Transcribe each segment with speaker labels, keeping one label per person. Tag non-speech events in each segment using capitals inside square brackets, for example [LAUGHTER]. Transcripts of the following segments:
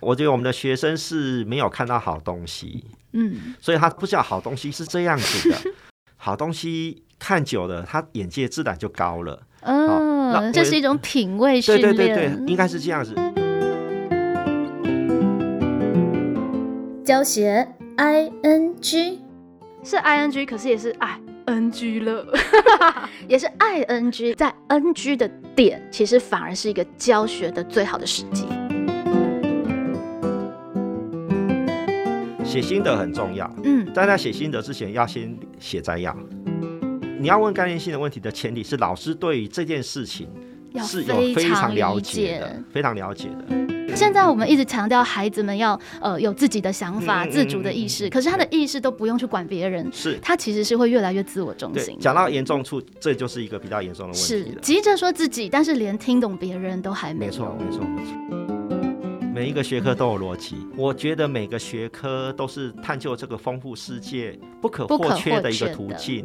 Speaker 1: 我觉得我们的学生是没有看到好东西，
Speaker 2: 嗯，
Speaker 1: 所以他不知道好东西是这样子的。好东西看久了，他眼界自然就高了。好
Speaker 2: 嗯，
Speaker 1: 那
Speaker 2: 这
Speaker 1: 我
Speaker 2: 是一种品味训
Speaker 1: 对对
Speaker 2: 练。
Speaker 1: 对对，应该是这样子。
Speaker 3: 教学 i n g
Speaker 4: 是 I N G，可是也是 I N G 了。
Speaker 3: 也是 i n g，
Speaker 4: 在 N G 的点，其实反而是一个教学的最好的时机。
Speaker 1: 写心得很重要，
Speaker 2: 嗯，
Speaker 1: 在他写心得之前，要先写摘要。你要问概念性的问题的前提是，老师对于这件事情
Speaker 2: 要
Speaker 1: 是有非常了
Speaker 2: 理
Speaker 1: 解的，非常了解的。
Speaker 2: 现在我们一直强调孩子们要呃有自己的想法、
Speaker 1: 嗯嗯嗯
Speaker 2: 自主的意识，可是他的意识都不用去管别人，
Speaker 1: 是
Speaker 2: 他其实是会越来越自我中
Speaker 1: 对
Speaker 2: 心。。
Speaker 1: 讲到严重处，这就是一个比较严重的问
Speaker 2: 是
Speaker 1: 题了。
Speaker 2: 急着说自己，但是连听懂别人都还没
Speaker 1: 没
Speaker 2: 有。
Speaker 1: 错，没错，没错。每一个学科都有逻辑，我觉得每个学科都是探究这个丰富世界不可
Speaker 2: 不可
Speaker 1: 或缺
Speaker 2: 或
Speaker 1: 的一个
Speaker 2: 缺
Speaker 1: 途
Speaker 2: 的
Speaker 1: 径。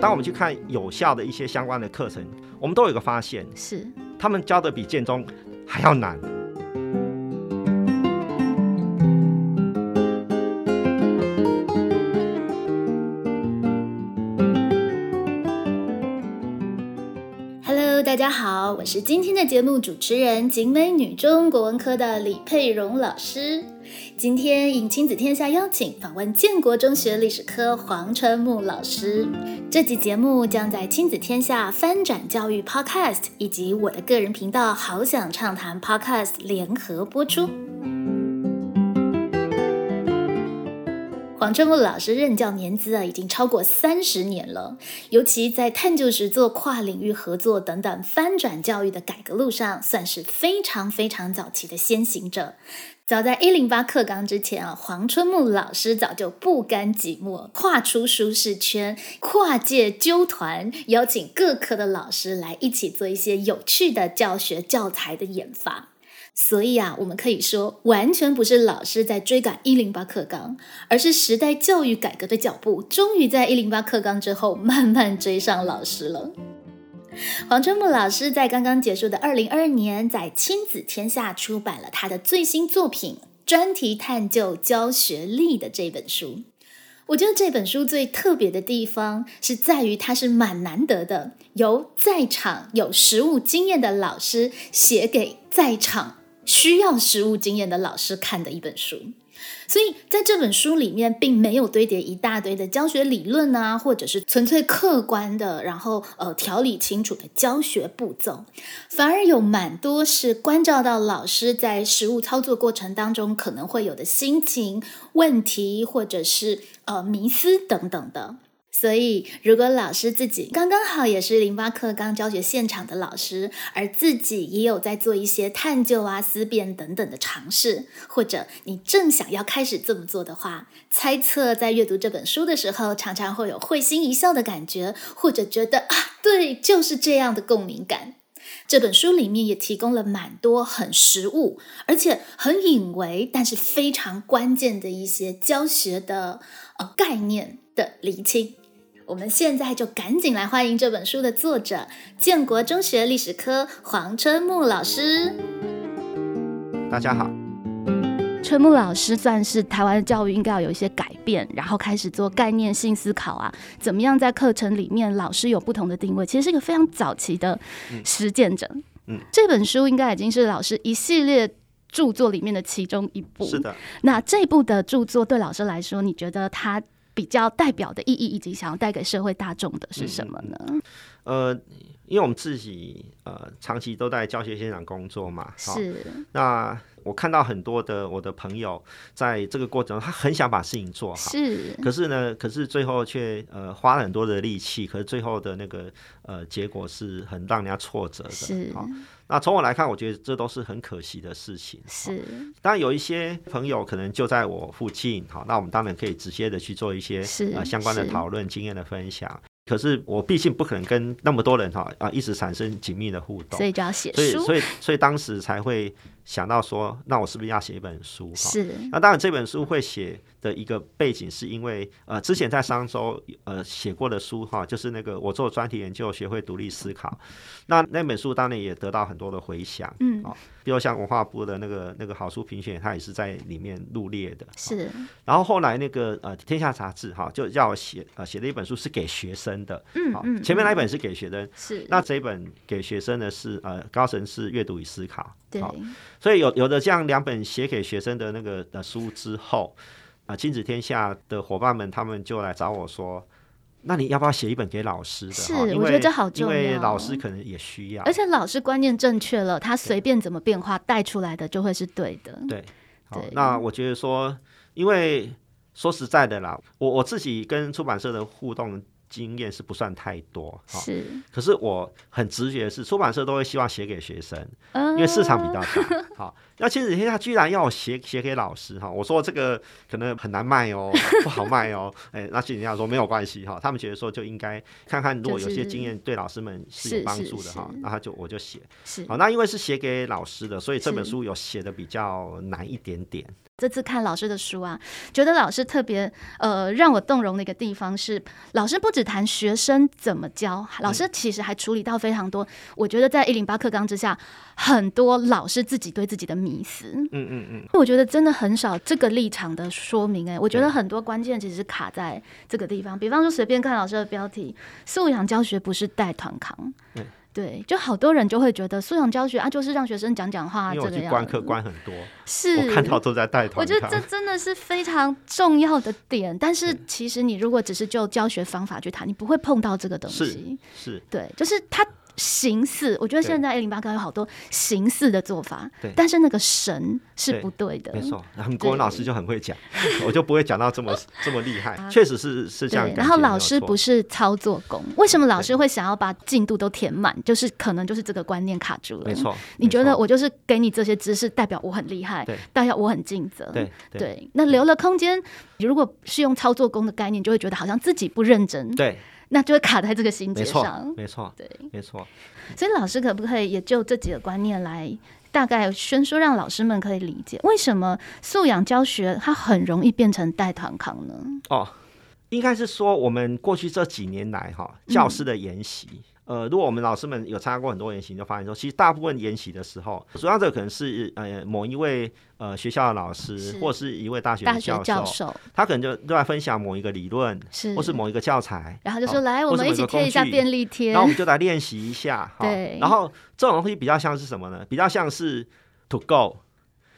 Speaker 1: 当我们去看有效的一些相关的课程，我们都有一个发现，
Speaker 2: 是
Speaker 1: 他们教的比建中还要难。
Speaker 3: Hello，大家好，我是今天的节目主持人景美女中国文科的李佩蓉老师。今天应亲子天下邀请访问建国中学历史科黄春木老师。这集节目将在亲子天下翻转教育 Podcast 以及我的个人频道好想畅谈 Podcast 联合播出。黄春木老师任教年资啊，已经超过三十年了。尤其在探究实作、跨领域合作等等翻转教育的改革路上，算是非常非常早期的先行者。早在一零八课纲之前啊，黄春木老师早就不甘寂寞，跨出舒适圈，跨界纠团，邀请各科的老师来一起做一些有趣的教学教材的研发。所以啊，我们可以说，完全不是老师在追赶一零八课纲，而是时代教育改革的脚步，终于在一零八课纲之后慢慢追上老师了。黄春木老师在刚刚结束的二零二二年，在亲子天下出版了他的最新作品《专题探究教学力》的这本书。我觉得这本书最特别的地方是在于它是蛮难得的，由在场有实务经验的老师写给在场需要实务经验的老师看的一本书。所以在这本书里面，并没有堆叠一大堆的教学理论啊，或者是纯粹客观的，然后呃条理清楚的教学步骤，反而有蛮多是关照到老师在实务操作过程当中可能会有的心情、问题，或者是呃迷思等等的。所以，如果老师自己刚刚好也是零八课纲教学现场的老师，而自己也有在做一些探究啊、思辨等等的尝试，或者你正想要开始这么做的话，猜测在阅读这本书的时候，常常会有会心一笑的感觉，或者觉得啊，对，就是这样的共鸣感。这本书里面也提供了蛮多很实务，而且很隐微，但是非常关键的一些教学的呃概念的厘清。我们现在就赶紧来欢迎这本书的作者——建国中学历史科黄春木老师。
Speaker 1: 大家好，
Speaker 2: 春木老师算是台湾教育应该要有一些改变，然后开始做概念性思考啊，怎么样在课程里面老师有不同的定位，其实是一个非常早期的实践者。
Speaker 1: 嗯
Speaker 2: 这本书应该已经是老师一系列著作里面的其中一部。
Speaker 1: 是。的，
Speaker 2: 那这部的著作对老师来说，你觉得它比较代表的意义，以及想要带给社会大众的是什么呢？
Speaker 1: 呃，因为我们自己呃长期都在教学现场工作嘛，哈
Speaker 2: 是，
Speaker 1: 那我看到很多的我的朋友在这个过程中，他很想把事情做好，
Speaker 2: 是，
Speaker 1: 可是呢，可是最后却呃花了很多的力气，可是最后的那个呃结果是很让人家挫折的。
Speaker 2: 是
Speaker 1: 好那从我来看，我觉得这都是很可惜的事情。
Speaker 2: 是，
Speaker 1: 当然有一些朋友可能就在我附近，好，那我们当然可以直接的去做一些
Speaker 2: 是
Speaker 1: 呃相关的
Speaker 2: 是
Speaker 1: 讨论、经验的分享。可是我毕竟不可能跟那么多人哈啊、一直产生紧密的互动，
Speaker 2: 所以就要写
Speaker 1: 所以
Speaker 2: 书，
Speaker 1: 所以所以当时才会想到说，那我是不是要写一本书？哈，
Speaker 2: 是，
Speaker 1: 那当然，这本书会写的一个背景，是因为呃，之前在商周呃写过的书哈，就是那个我做专题研究，学会独立思考。那那本书当然也得到很多的回响，
Speaker 2: 嗯
Speaker 1: 哦比如像文化部的那个那个好书评选，它也是在里面入列的。
Speaker 3: 是
Speaker 1: 然后后来那个呃《天下杂志》哈，就要我写呃写了一本书是给学生的，
Speaker 3: 嗯
Speaker 1: 好
Speaker 3: 嗯
Speaker 1: 前面那一本是给学生，
Speaker 3: 是，
Speaker 1: 那这一本给学生的是呃高层次阅读与思考，
Speaker 3: 对
Speaker 1: 好所以有有的这样两本写给学生的那个的书之后，啊、亲子天下的伙伴们他们就来找我说，那你要不要写一本给老师的？
Speaker 3: 是
Speaker 1: 哈因为
Speaker 3: 我觉得这好重
Speaker 1: 因为
Speaker 3: 要哦
Speaker 1: 老师可能也需要，
Speaker 3: 而且老师观念正确了，他随便怎么变化带出来的就会是对的。
Speaker 1: 对，好
Speaker 3: 对，
Speaker 1: 那我觉得说，因为说实在的啦，我我自己跟出版社的互动经验是不算太多，哈、
Speaker 3: 是，
Speaker 1: 可是我很直觉的是，出版社都会希望写给学生，
Speaker 3: 因
Speaker 1: 因为市场比较大。好，那亲子天下居然要我写写给老师哈，我说这个可能很难卖哦， [LAUGHS] 不好卖哦。哎，那亲子天下说没有关系哈，他们觉得说就应该看看，如果有
Speaker 3: 就
Speaker 1: 些
Speaker 3: 是
Speaker 1: 经验对老师们是
Speaker 3: 是
Speaker 1: 有帮
Speaker 3: 是
Speaker 1: 助的哈
Speaker 3: 是，
Speaker 1: 那他就我就写。
Speaker 3: 是
Speaker 1: 好，那因为是写给老师的，所以这本
Speaker 3: 是
Speaker 1: 书有写的比较难一点点。
Speaker 3: 这次看老师的书啊，觉得老师特别呃让我动容的一个地方是，老师不只谈学生怎么教，
Speaker 1: 嗯
Speaker 3: 老师其实还处理到非常多，我觉得在一零八课纲之下，很多老师自己对自己的迷思，
Speaker 1: 嗯嗯嗯，
Speaker 3: 我觉得真的很少这个立场的说明、哎，我觉得很多关键其实是卡在这个地方，比方说随便看老师的标题，素养教学不是带团扛
Speaker 1: 对。
Speaker 3: 对，就好多人就会觉得素养教学啊，就是让学生讲讲话啊
Speaker 1: 因为
Speaker 3: 这
Speaker 1: 我
Speaker 3: 个样
Speaker 1: 去
Speaker 3: 子。
Speaker 1: 观课观很多，
Speaker 3: 是
Speaker 1: 我看到都在带
Speaker 3: 我
Speaker 1: 团嗯
Speaker 3: 觉得
Speaker 1: 看
Speaker 3: 这真的是非常重要的点，但是其实你如果只是就教学方法去谈，你不会碰到这个东西。
Speaker 1: 是
Speaker 3: 对，就是它形似，我觉得
Speaker 1: 对
Speaker 3: 现在 A 零八课有好多形似的做法
Speaker 1: 对，
Speaker 3: 但是那个神是不对的。嗯
Speaker 1: 没错，然后国文老师就很会讲， [LAUGHS] 我就不会讲到这么
Speaker 3: [LAUGHS]
Speaker 1: 这么厉害，确实是是这样
Speaker 3: 啊对
Speaker 1: 感，觉。
Speaker 3: 然后老师
Speaker 1: 没有错
Speaker 3: 不是操作工，为什么老师会想要把进度都填满？就是可能就是这个观念卡住了。
Speaker 1: 没，错，
Speaker 3: 你
Speaker 1: 没
Speaker 3: 觉得
Speaker 1: 错
Speaker 3: 我就是给你这些知识，代表我很厉害
Speaker 1: 对，
Speaker 3: 代表我很尽责。
Speaker 1: 对对
Speaker 3: 对，那留了空间，如果是用操作工的概念，就会觉得好像自己不认真，
Speaker 1: 对，
Speaker 3: 那就会卡在这个心结
Speaker 1: 没错
Speaker 3: 上，。
Speaker 1: 没错，
Speaker 3: 对，
Speaker 1: 没错，
Speaker 3: 所以老师可不可以也就这几个观念来大概宣说，让老师们可以理解为什么素养教学它很容易变成带团康呢？
Speaker 1: 哦，应该是说我们过去这几年来哈，
Speaker 3: 嗯
Speaker 1: 教师的研习。呃，如果我们老师们有参加过很多研习，你就发现说，其实大部分研习的时候，主要的可能是呃某一位呃学校的老师，
Speaker 3: 是
Speaker 1: 或是一位大学
Speaker 3: 大
Speaker 1: 的
Speaker 3: 学
Speaker 1: 教授，
Speaker 3: 教授嗯
Speaker 1: 他可能就都在分享某一个理论，
Speaker 3: 是，
Speaker 1: 或是某一个教材，
Speaker 3: 然后就
Speaker 1: 好
Speaker 3: 说来，我
Speaker 1: 或是
Speaker 3: 们
Speaker 1: 某
Speaker 3: 一起
Speaker 1: 个
Speaker 3: 贴
Speaker 1: 工
Speaker 3: 一下
Speaker 1: 具
Speaker 3: 便利贴
Speaker 1: 然后我。们就来练习一下。哈
Speaker 3: 对
Speaker 1: 然后这种东西比较像是什么呢？比较像是 to go，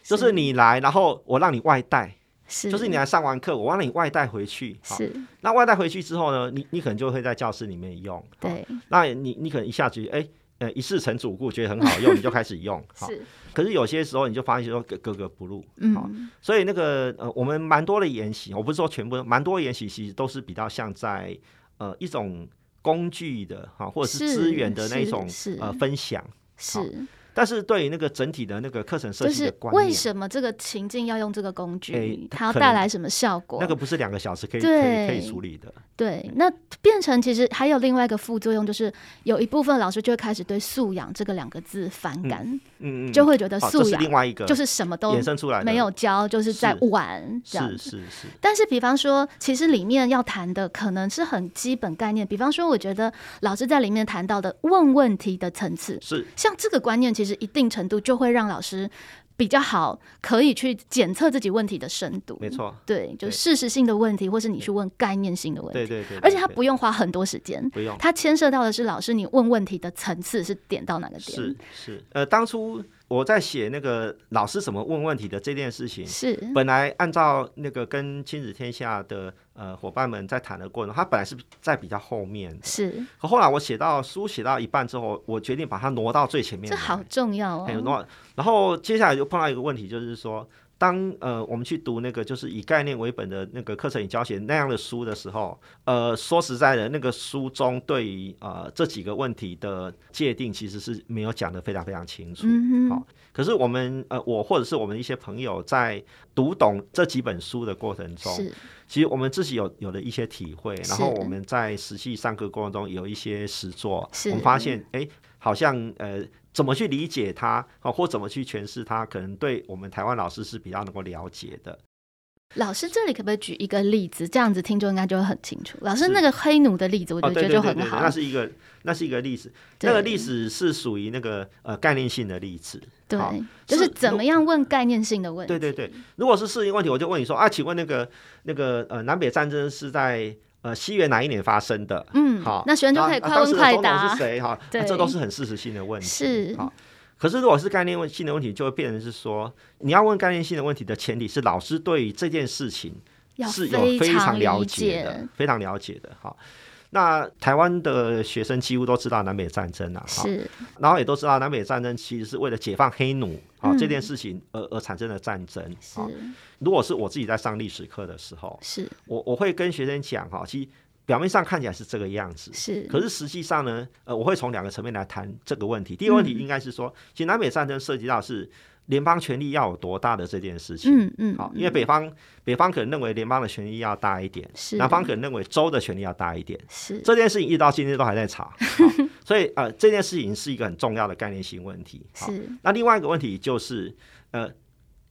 Speaker 1: 就是
Speaker 3: 是
Speaker 1: 你来，然后我让你外带，
Speaker 3: 是
Speaker 1: 就是你啊来上完课，我让你外带回去。哈
Speaker 3: 是
Speaker 1: 那外带回去之后呢，你你可能就会在教室里面用。哈，
Speaker 3: 对
Speaker 1: 那你你可能一下子哎。呃，一试成主顾，觉得很好用，你就开始
Speaker 3: [LAUGHS]
Speaker 1: 用。哈
Speaker 3: 是
Speaker 1: 可是有些时候你就发现说格格格不入。好
Speaker 3: 嗯
Speaker 1: 所以那个呃，我们蛮多的研习，我不是说全部，蛮多研习其实都是比较像在呃一种工具的哈、或者是
Speaker 3: 是
Speaker 1: 资源的那一
Speaker 3: 是
Speaker 1: 种
Speaker 3: 是
Speaker 1: 呃分享。
Speaker 3: 是，
Speaker 1: 但是对于那个整体的那个课程设
Speaker 3: 就
Speaker 1: 计的
Speaker 3: 是
Speaker 1: 观
Speaker 3: 为
Speaker 1: 念，
Speaker 3: 什么这个情境要用这个工具
Speaker 1: 诶，
Speaker 3: 它要
Speaker 1: 可
Speaker 3: 带
Speaker 1: 能
Speaker 3: 来什么效果？
Speaker 1: 那个不是两个小时可以可以可以处理的。
Speaker 3: 对，那变成其实还有另外一个副作用，就是有一部分老师就会开始对“素养”这个两个字反感，
Speaker 1: 嗯嗯，
Speaker 3: 就会觉得
Speaker 1: 好
Speaker 3: 素
Speaker 1: 这是
Speaker 3: 养
Speaker 1: 另外一个
Speaker 3: 就是什么都
Speaker 1: 衍生出来的，
Speaker 3: 没有教，就是在
Speaker 1: 是
Speaker 3: 玩这样
Speaker 1: 是是
Speaker 3: 子。
Speaker 1: 是，
Speaker 3: 但是，比方说，其实里面要谈的可能是很基本概念，比方说，我觉得老师在里面谈到的问问题的层次，
Speaker 1: 是
Speaker 3: 像这个观念，其实一定程度就会让老师比较好可以去检测自己问题的深度。
Speaker 1: 没，错，
Speaker 3: 对，就
Speaker 1: 对
Speaker 3: 事实性的问题，或是你去问概念性的问题。
Speaker 1: 对对对，
Speaker 3: 而且它
Speaker 1: 对
Speaker 3: 不用花很多时间，
Speaker 1: 不用。
Speaker 3: 它牵涉到的是老师你问问题的层次是点到哪个点。
Speaker 1: 是是，呃，当初我在写那个老师怎么问问题的这件事情，
Speaker 3: 是
Speaker 1: 本来按照那个跟亲子天下的呃伙伴们在谈的过程，它本来是在比较后面的，
Speaker 3: 是，
Speaker 1: 可后来我写到书写到一半之后，我决定把它挪到最前面
Speaker 3: 这
Speaker 1: 来。
Speaker 3: 好重要
Speaker 1: 哎，
Speaker 3: 哦。
Speaker 1: 挪。然后接下来就碰到一个问题，就是说，当呃我们去读那个就是以概念为本的那个课程与教学那样的书的时候，呃，说实在的，那个书中对于呃这几个问题的界定其实是没有讲得非常非常清楚。
Speaker 3: 嗯哼
Speaker 1: 好，可是我们呃，我或者是我们一些朋友在读懂这几本书的过程中，
Speaker 3: 是
Speaker 1: 其实我们自己有有了一些体会，
Speaker 3: 是
Speaker 1: 然后我们在实际上课过程中有一些实作，
Speaker 3: 是
Speaker 1: 我们发现哎，诶好像呃怎么去理解它，哦，或怎么去诠释它，可能对我们台湾老师是比较能够了解的。
Speaker 3: 老师这里可不可以举一个例子？这样子听众应该就会很清楚。老师那个黑奴的例子，我
Speaker 1: 哦，
Speaker 3: 就觉
Speaker 1: 对
Speaker 3: 得
Speaker 1: 对
Speaker 3: 就
Speaker 1: 对
Speaker 3: 很
Speaker 1: 对，
Speaker 3: 好。
Speaker 1: 那是一个那是一个例子，
Speaker 3: 对
Speaker 1: 那个例子是属于那个呃概念性的例子。
Speaker 3: 对
Speaker 1: 好，
Speaker 3: 就是
Speaker 1: 是
Speaker 3: 怎么样问概念性的问题。
Speaker 1: 对对对，如果是适应问题，我就问你说啊，请问那个那个呃南北战争是在呃西元哪一年发生的？
Speaker 3: 嗯
Speaker 1: 好，
Speaker 3: 那学生就可以
Speaker 1: 啊啊
Speaker 3: 快问
Speaker 1: 当
Speaker 3: 快
Speaker 1: 时的总
Speaker 3: 答
Speaker 1: 统是。谁？哈，
Speaker 3: 对
Speaker 1: 那这都是很事实性的问题。
Speaker 3: 是
Speaker 1: 好。可是，如果是概念问性的问题，就会变成是说，你要问概念性的问题的前提是老师对于这件事情
Speaker 3: 要
Speaker 1: 是有非常了
Speaker 3: 理
Speaker 1: 解的，非常了解的。好，那台湾的学生几乎都知道南北战争啊，哈，
Speaker 3: 是
Speaker 1: 然后也都知道南北战争其实是为了解放黑奴啊、
Speaker 3: 嗯
Speaker 1: 这件事情而而产生的战争啊。
Speaker 3: 是
Speaker 1: 如果是我自己在上历史课的时候，
Speaker 3: 是
Speaker 1: 我我会跟学生讲哈，其实表面上看起来是这个样子，
Speaker 3: 是，
Speaker 1: 可是实际上呢，呃，我会从两个层面来谈这个
Speaker 3: 嗯
Speaker 1: 问题。第一个问题应该是说，其实南北战争涉及到是联邦权力要有多大的这件事情。
Speaker 3: 嗯嗯，
Speaker 1: 好，因为北方北方可能认为联邦的权力要大一点，
Speaker 3: 是
Speaker 1: 南方可能认为州的权力要大一点。
Speaker 3: 是
Speaker 1: 这件事情一直到今天都还在
Speaker 3: [LAUGHS]
Speaker 1: 吵，好所以呃，这件事情是一个很重要的概念性问题。好，
Speaker 3: 是
Speaker 1: 那另外一个问题就是，呃，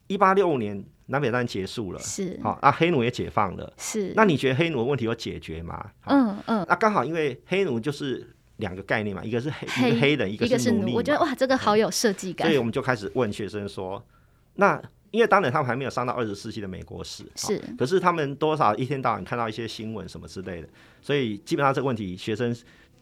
Speaker 1: 一八六五年南北战结束了，
Speaker 3: 是
Speaker 1: 好，那黑奴也解放了，
Speaker 3: 是，
Speaker 1: 那你觉得黑奴的问题有解决吗？好
Speaker 3: 嗯嗯，
Speaker 1: 那刚好因为黑奴就是两个概念嘛，一个是黑一个黑人，一
Speaker 3: 一个
Speaker 1: 是奴
Speaker 3: 奴，
Speaker 1: 隶
Speaker 3: 我觉得
Speaker 1: 嘛
Speaker 3: 哇，这个好有设计感
Speaker 1: 所以，我们就开始问学生说，那因为当然他们还没有上到二十世纪的美国史，哦
Speaker 3: 是
Speaker 1: 可是他们多少一天到晚看到一些新闻什么之类的，所以基本上这个问题学生。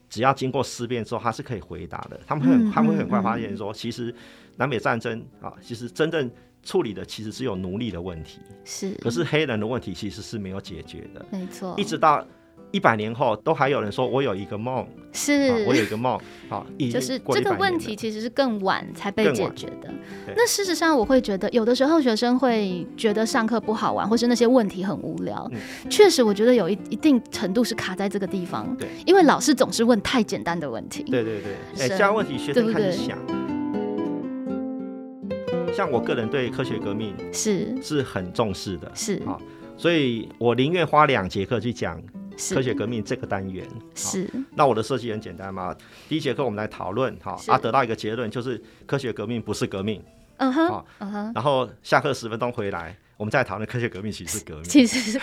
Speaker 1: 只要经过思辨之后，他是可以回答的。他们会很，
Speaker 3: 嗯
Speaker 1: 他们会很快
Speaker 3: 嗯
Speaker 1: 发现说，其实南北战争啊，其实真正处理的其实是有奴隶的问题，
Speaker 3: 是，
Speaker 1: 可是黑人的问题其实是没有解决的。
Speaker 3: 没错，
Speaker 1: 一直到一百年后，都还有人说我有一个梦，啊
Speaker 3: 是
Speaker 1: 我有一个梦，好，已
Speaker 3: 就
Speaker 1: 经
Speaker 3: 是
Speaker 1: 过
Speaker 3: 这
Speaker 1: 了
Speaker 3: 个
Speaker 1: 100
Speaker 3: 问
Speaker 1: 年
Speaker 3: 题
Speaker 1: 了
Speaker 3: 其实是更晚才被
Speaker 1: 更
Speaker 3: 解
Speaker 1: 晚
Speaker 3: 决的
Speaker 1: 对。
Speaker 3: 那事实上，我会觉得有的时候学生会觉得上课不好玩，或是那些问题很无聊。确实，我觉得有一一定程度是卡在这个地方，
Speaker 1: 嗯对
Speaker 3: 因为老师总是问太简单的问题。
Speaker 1: 对对对，哎、
Speaker 3: 神
Speaker 1: 这样问题学
Speaker 3: 对
Speaker 1: 生
Speaker 3: 不
Speaker 1: 开始
Speaker 3: 对
Speaker 1: 想。像我个人对科学革命
Speaker 3: 是
Speaker 1: 是很重视的，
Speaker 3: 是
Speaker 1: 好所以我宁愿花两节课去讲科学
Speaker 3: 是
Speaker 1: 革命这个单元。好
Speaker 3: 是
Speaker 1: 那我的设计很简单嘛，第一节课我们来讨论，哈
Speaker 3: 是
Speaker 1: 啊，得到一个结论就是科学革命不是革命，
Speaker 3: 嗯哼
Speaker 1: 好
Speaker 3: 嗯哼，
Speaker 1: 然后下课十分钟回来，我们再讨论科学革命其实是革命。
Speaker 3: 其实
Speaker 1: [LAUGHS]
Speaker 3: 是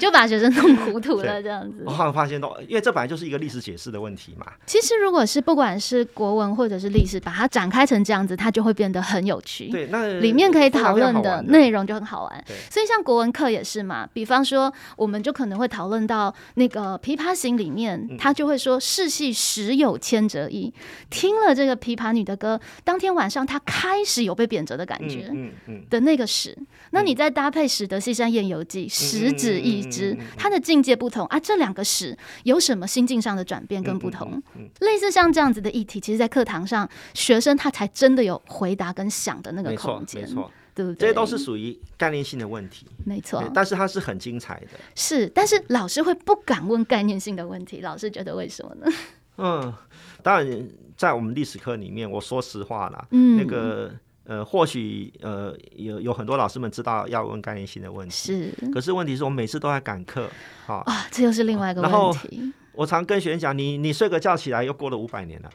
Speaker 3: 就把学生弄糊涂了
Speaker 1: 对
Speaker 3: 这样子
Speaker 1: 我。好像哦发现到，因为这本来就是一个历史解释的问题嘛，
Speaker 3: 其实如果是不管是国文或者是历史，把它展开成这样子，它就会变得很有趣。
Speaker 1: 对，那
Speaker 3: 嗯里面可以讨论
Speaker 1: 非常非常好
Speaker 3: 的
Speaker 1: 玩
Speaker 3: 内容就很好玩
Speaker 1: 对。
Speaker 3: 所以像国文课也是嘛，比方说我们就可能会讨论到那个《琵琶行》里
Speaker 1: 嗯
Speaker 3: 面，他就会说“世系时有千折衣”，听了这个琵琶女的歌，当天晚上她开始有被贬谪的感觉。
Speaker 1: 嗯嗯嗯，
Speaker 3: 的那个史，那你再搭配《史德西山宴游记》，食指一
Speaker 1: 嗯
Speaker 3: 之，它的境界不同啊，这两个史有什么心境上的转
Speaker 1: 嗯
Speaker 3: 变跟不同？类似像这样子的议题，其实，在课堂上，学生他才真的有回答跟想的那个
Speaker 1: 没错
Speaker 3: 空间，
Speaker 1: 没错，
Speaker 3: 对不对？
Speaker 1: 这些都是属于概念性的问题，
Speaker 3: 没错
Speaker 1: 对，但是它是很精彩的。
Speaker 3: 是，但是老师会不敢问概念性的问题，老师觉得为什么呢？
Speaker 1: 嗯，当然在我们历史课里面，我说实话啦，
Speaker 3: 嗯
Speaker 1: 那个呃，或许呃有有很多老师们知道要问概念性的问题，
Speaker 3: 是
Speaker 1: 可是问题是我每次都在赶课，好、
Speaker 3: 啊，这又是另外一个
Speaker 1: 然后
Speaker 3: 问题，
Speaker 1: 我常跟学生讲，你你睡个觉起来又过了五百年
Speaker 3: [LAUGHS]
Speaker 1: 了，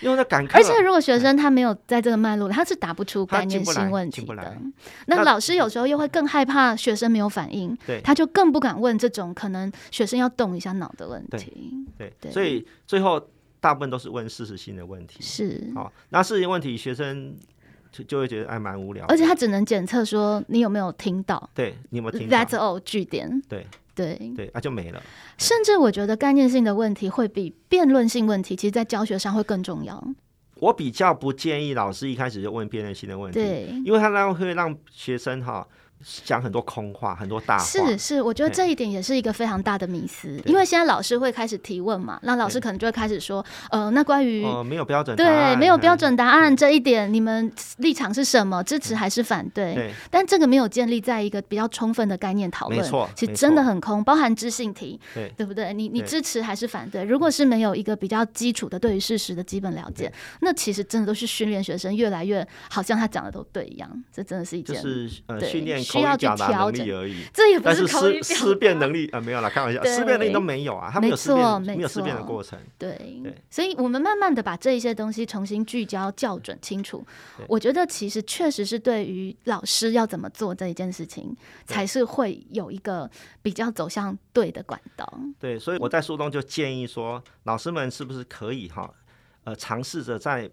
Speaker 1: 因为在赶课，
Speaker 3: 而且如果学生他没有在这个脉络里，他是答不出
Speaker 1: 嗯他
Speaker 3: 概念
Speaker 1: 进不
Speaker 3: 性
Speaker 1: 来
Speaker 3: 问
Speaker 1: 进
Speaker 3: 题
Speaker 1: 不来
Speaker 3: 的。那
Speaker 1: 那嗯
Speaker 3: 老师有时候又会更害怕学生没有反应，
Speaker 1: 对
Speaker 3: 他就更不敢问这种可能学生要动一下脑的问题。
Speaker 1: 对，
Speaker 3: 对
Speaker 1: 所以最后大部分都是问事实性的问题。
Speaker 3: 是，
Speaker 1: 好、那事情问题学生就就会觉得哎蛮无聊的，
Speaker 3: 而且他只能检测说你有没有听到
Speaker 1: 对你有没有听到？
Speaker 3: ，That's all 句点。
Speaker 1: 对
Speaker 3: 对，
Speaker 1: 对，啊就没了。
Speaker 3: 甚至我觉得概念性的问题会比辩论性问题，其实在教学上会更重要。
Speaker 1: 我比较不建议老师一开始就问辩论性的问题，
Speaker 3: 对，
Speaker 1: 因为他那样会让学生哈讲很多空话，很多大话。
Speaker 3: 是是，我觉得
Speaker 1: 对
Speaker 3: 这一点也是一个非常大的迷思，
Speaker 1: 对
Speaker 3: 因为现在老师会开始提问嘛，那老师
Speaker 1: 对
Speaker 3: 可能就会开始说，呃，那关于、
Speaker 1: 呃，没有标准答
Speaker 3: 对
Speaker 1: 案，
Speaker 3: 没有标
Speaker 1: 嗯。
Speaker 3: 准答案这一点，你们立场是什么？支持还是反对？
Speaker 1: 对，
Speaker 3: 但这个没有建立在一个比较充分的概念讨论，
Speaker 1: 没错
Speaker 3: 其实
Speaker 1: 没
Speaker 3: 真的
Speaker 1: 错
Speaker 3: 很空，包含知性题，
Speaker 1: 对
Speaker 3: 不对？你你
Speaker 1: 对嗯
Speaker 3: 支持还是反对？如果是没有一个比较基础的对于事实的基本了解
Speaker 1: 对，
Speaker 3: 那其实真的都是训练学生越来越好像他讲的都对一样，这真的是一
Speaker 1: 就
Speaker 3: 件
Speaker 1: 是呃
Speaker 3: 对
Speaker 1: 训练
Speaker 3: 需要去
Speaker 1: 口语表达
Speaker 3: 调
Speaker 1: 能
Speaker 3: 整
Speaker 1: 力。而已。
Speaker 3: 这也不
Speaker 1: 但是
Speaker 3: 口语
Speaker 1: 思
Speaker 3: 表
Speaker 1: 思辨能力啊、呃没有啦，开玩笑，
Speaker 3: 对
Speaker 1: 思辨能力都没有啊，他
Speaker 3: 没
Speaker 1: 有思辨，
Speaker 3: 错
Speaker 1: 没有思
Speaker 3: 没
Speaker 1: 辨的
Speaker 3: 错
Speaker 1: 过程。
Speaker 3: 对
Speaker 1: 对，
Speaker 3: 所以我们慢慢的把这一些东西重新聚焦、校准清楚
Speaker 1: 对。
Speaker 3: 我觉得其实确实是对于老师要怎么做这一件事情，
Speaker 1: 对
Speaker 3: 才是会有一个比较走向对的管道。
Speaker 1: 对，所以我在书中就建议说，老师们是不是可以哈，呃，尝试着在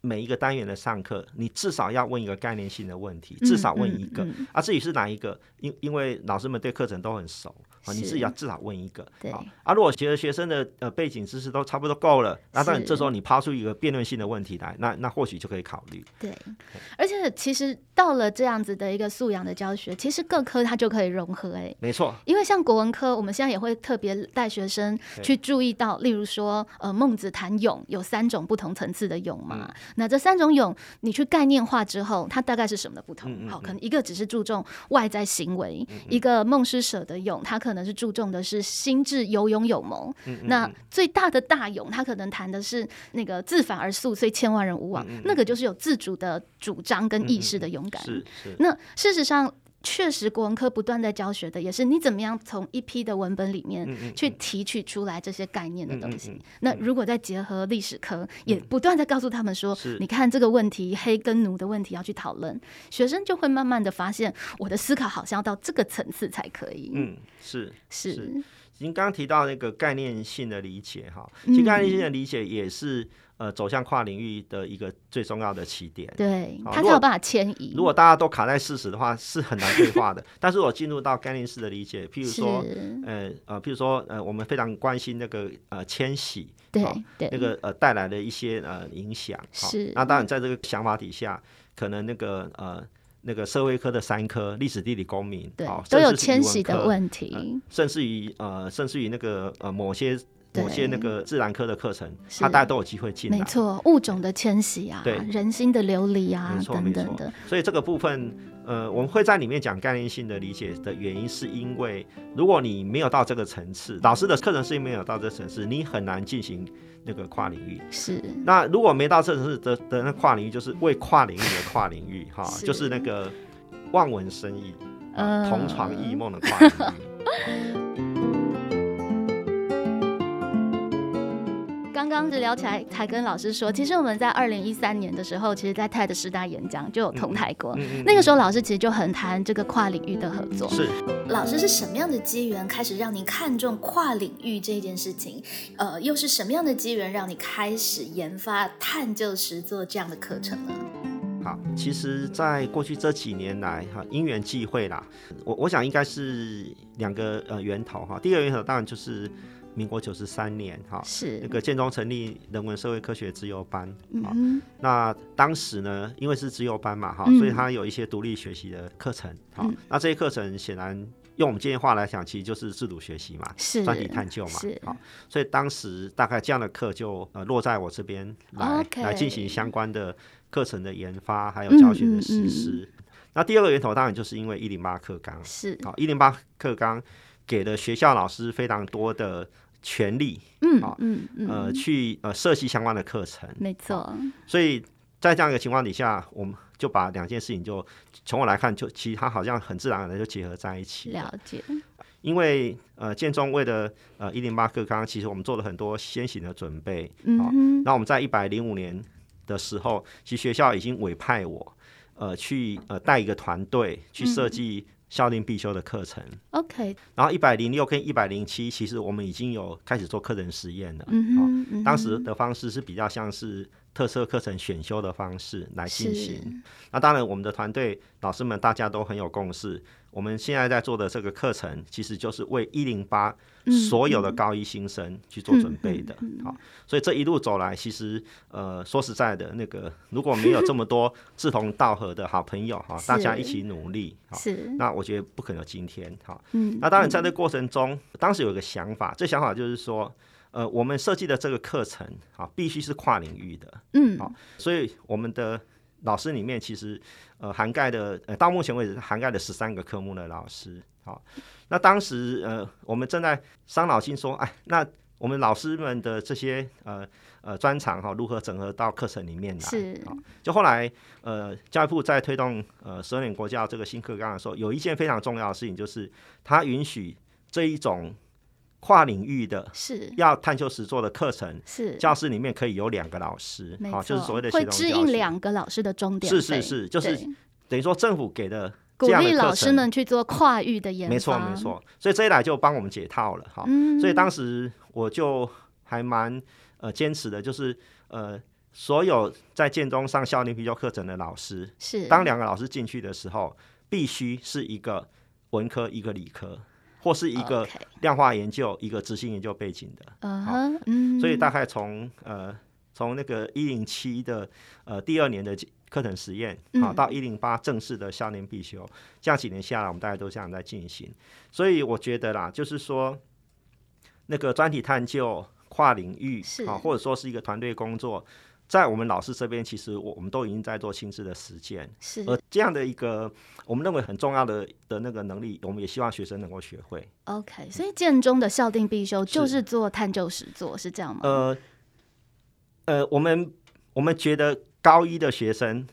Speaker 1: 每一个单元的上课，你至少要问一个概念性的问题，至少问一个。
Speaker 3: 嗯嗯嗯
Speaker 1: 啊，至于是哪一个，因因为老师们对课程都很熟啊，你
Speaker 3: 是
Speaker 1: 自己要至少问一个。
Speaker 3: 对
Speaker 1: 啊，啊，如果觉得学生的呃背景知识都差不多够了，那当然
Speaker 3: 是
Speaker 1: 这时候你抛出一个辩论性的问题来，那那或许就可以考虑。
Speaker 3: 对，而且其实到了这样子的一个素养的教学，其实各科它就可以融合、欸。
Speaker 1: 没错，
Speaker 3: 因为像国文科，我们现在也会特别带学生
Speaker 1: 对
Speaker 3: 去注意到，例如说，呃，孟子谈咏有三种不同层次的咏
Speaker 1: 嗯
Speaker 3: 嘛。那这三种咏，你去概念化之后，它大概是什么的不同？
Speaker 1: 嗯嗯
Speaker 3: 好，
Speaker 1: 嗯
Speaker 3: 可能一个只是注重外在行为，一个孟施舍的咏，它可能是注重的是心智有勇有谋。
Speaker 1: 嗯
Speaker 3: 那最大的大咏，它可能谈的是那个自反而速虽千万人吾往，
Speaker 1: 嗯
Speaker 3: 那个就是有自主的主张跟意识的勇敢。
Speaker 1: 是是。
Speaker 3: 那事实上，确实国文科不断在教学的也是你怎么样从一批的文本里面去提取出来这些概念的东西。
Speaker 1: 嗯嗯嗯
Speaker 3: 那如果再结合历史科，也不断在告诉他们说
Speaker 1: 是，
Speaker 3: 你看这个问题，黑跟奴的问题要去讨论，学生就会慢慢的发现，我的思考好像要到这个层次才可以。
Speaker 1: 嗯，是
Speaker 3: 是
Speaker 1: 是您刚刚提到那个概念性的理解哈，其
Speaker 3: 嗯
Speaker 1: 实概念性的理解也是、呃走向跨领域的一个最重要的起点。
Speaker 3: 对，
Speaker 1: 好
Speaker 3: 他
Speaker 1: 如
Speaker 3: 才
Speaker 1: 果
Speaker 3: 有办法迁移。
Speaker 1: 如果大家都卡在事实的话，是很难对话的。 [LAUGHS] 但是我进入到概念式的理解，譬如
Speaker 3: 是，
Speaker 1: 说，呃呃，譬如说，呃，我们非常关心那个呃迁徙，
Speaker 3: 对
Speaker 1: 好
Speaker 3: 对，
Speaker 1: 那个呃带来的一些呃影响。好
Speaker 3: 是
Speaker 1: 那当然在这个想法底下，可能那个呃那个社会科的三科，历史、地理、公民，
Speaker 3: 对
Speaker 1: 好，
Speaker 3: 都
Speaker 1: 甚
Speaker 3: 有
Speaker 1: 至是语
Speaker 3: 迁
Speaker 1: 文
Speaker 3: 徙的
Speaker 1: 课
Speaker 3: 问题。
Speaker 1: 甚至于呃，甚至于那个呃某些某些
Speaker 3: 对
Speaker 1: 那个自然科的课程，
Speaker 3: 是
Speaker 1: 它大家都有机会进来。
Speaker 3: 没错，物种的迁徙啊
Speaker 1: 对，
Speaker 3: 人心的流离啊
Speaker 1: 没，错
Speaker 3: 等
Speaker 1: 没
Speaker 3: 等
Speaker 1: 错
Speaker 3: 的，
Speaker 1: 所以这个部分，呃，我们会在里面讲概念性的理解的原因，是因为如果你没有到这个层次，老师的课程是没有到这层次，你很难进行那个跨领域。
Speaker 3: 是
Speaker 1: 那如果没到这层次的的那跨领域，就是为跨领域而跨领域哈，
Speaker 3: 是
Speaker 1: 就是那个望文生义，呃、
Speaker 3: 嗯
Speaker 1: 同床异梦的跨领域。
Speaker 3: 刚刚是聊起来，才跟老师说，其实我们在二零一三年的时候，其实，在 TED 十大演讲就有同台过。
Speaker 1: 嗯嗯
Speaker 3: [LAUGHS] 那个时候，老师其实就很谈这个跨领域的合作。
Speaker 1: 是
Speaker 5: 老师是什么样的机缘开始让您看重跨领域这件事情？呃，又是什么样的机缘让你开始研发探究实作这样的课程呢？
Speaker 1: 好，其实，在过去这几年来，哈，因缘际会啦，我我想应该是两个呃源头哈。第一个源头当然就是民国九十三年哈，
Speaker 3: 是
Speaker 1: 那啊个建中成立人文社会科学自由班啊、
Speaker 3: 嗯
Speaker 1: 那当时呢，因为是自由班嘛哈，
Speaker 3: 嗯
Speaker 1: 所以它有一些独立学习的课程哈、那这些课程显然用我们今天话来讲，其实就是自主学习嘛，
Speaker 3: 是
Speaker 1: 专题探究嘛
Speaker 3: 是，
Speaker 1: 好、所以当时大概这样的课就呃落在我这边来
Speaker 3: 哦 OK
Speaker 1: 来进行相关的课程的研发，还有
Speaker 3: 嗯
Speaker 1: 教学的
Speaker 3: 嗯
Speaker 1: 实
Speaker 3: 嗯
Speaker 1: 施。那第二个源头当然就是因为一零八课纲，
Speaker 3: 是
Speaker 1: 好，一零八课纲给了学校老师非常多的权利，
Speaker 3: 嗯
Speaker 1: 好
Speaker 3: 嗯嗯，
Speaker 1: 呃，去呃设计相关的课程，
Speaker 3: 没错，
Speaker 1: 所以在这样一个情况底下，我们就把两件事情就从我来看，就其实它好像很自然而然就结合在一起了
Speaker 3: 了解
Speaker 1: 因为呃，建中为了呃一零八课纲，其实我们做了很多先行的准备。嗯、那我们在一百零五年的时候，其实学校已经委派我呃去呃带一个团队去设计
Speaker 3: 嗯
Speaker 1: 校定必修的课程。
Speaker 3: OK，
Speaker 1: 然后一百零六跟一百零七，其实我们已经有开始做课程实验了。
Speaker 3: 嗯
Speaker 1: 好
Speaker 3: 哼，嗯
Speaker 1: 当时的方式是比较像是特色课程选修的方式来进行。那当然，我们的团队老师们大家都很有共识，我们现在在做的这个课程，其实就是为一零八
Speaker 3: 嗯
Speaker 1: 所有的高一新生去做准备的。好，所以这一路走来，其实呃，说实在的，那个如果没有这么多志同道合的好朋
Speaker 3: [LAUGHS]
Speaker 1: 友哈，大家一起努力，好，
Speaker 3: 是
Speaker 1: 那我觉得不可能有今天哈。
Speaker 3: 嗯
Speaker 1: 那当然，在这过程中，当时有一个想法，这想法就是说，呃，我们设计的这个课程啊，必须是跨领域的，
Speaker 3: 嗯
Speaker 1: 好所以我们的老师里面其实呃涵盖的呃到目前为止涵盖了十三个科目的老师，好、那当时呃我们正在伤脑筋说，哎，那我们老师们的这些呃呃专长哈、如何整合到课程里面来。
Speaker 3: 是
Speaker 1: 好就后来呃教育部在推动呃十二年国教这个新课纲的时候，有一件非常重要的事情，就是它允许这一种跨领域的
Speaker 3: 是
Speaker 1: 要探究实作的课程，
Speaker 3: 是，
Speaker 1: 教室里面可以有两个老师，
Speaker 3: 没
Speaker 1: 好、
Speaker 3: 错，
Speaker 1: 就是所谓的协
Speaker 3: 会
Speaker 1: 同
Speaker 3: 支
Speaker 1: 教
Speaker 3: 应
Speaker 1: 学
Speaker 3: 两个老师的终点
Speaker 1: 是是
Speaker 3: 费
Speaker 1: 是，就是
Speaker 3: 对
Speaker 1: 等于说政府给的
Speaker 3: 鼓
Speaker 1: 这样的
Speaker 3: 励
Speaker 1: 课
Speaker 3: 老师
Speaker 1: 程
Speaker 3: 们去做跨域的研发，
Speaker 1: 没错没，错，所以这一来就帮我们解套了哈。
Speaker 3: 嗯，
Speaker 1: 所以当时我就还蛮呃坚持的，就是呃所有在建中上校内必修课程的老师，
Speaker 3: 是
Speaker 1: 当两个老师进去的时候，必须是一个文科一个理科，或是一个
Speaker 3: 哦 OK
Speaker 1: 量化研究、一个执行研究背景的。
Speaker 3: 嗯
Speaker 1: 好
Speaker 3: 哼嗯，
Speaker 1: 所以大概从呃从那个一零七的呃第二年的课程实验啊，
Speaker 3: 嗯
Speaker 1: 到一零八正式的校年必修，这样几年下来，我们大概都这样在进行。所以我觉得啦，就是说那个专题探究、跨领域
Speaker 3: 是
Speaker 1: 啊，或者说是一个团队工作。在我们老师这边，其实我我们都已经在做亲自的实践，
Speaker 3: 是
Speaker 1: 而这样的一个我们认为很重要的的那个能力，我们也希望学生能够学会。
Speaker 3: OK，所以建中的校定必修就是是做探究实作，是这样吗？
Speaker 1: 呃呃，我们我们觉得高一的学生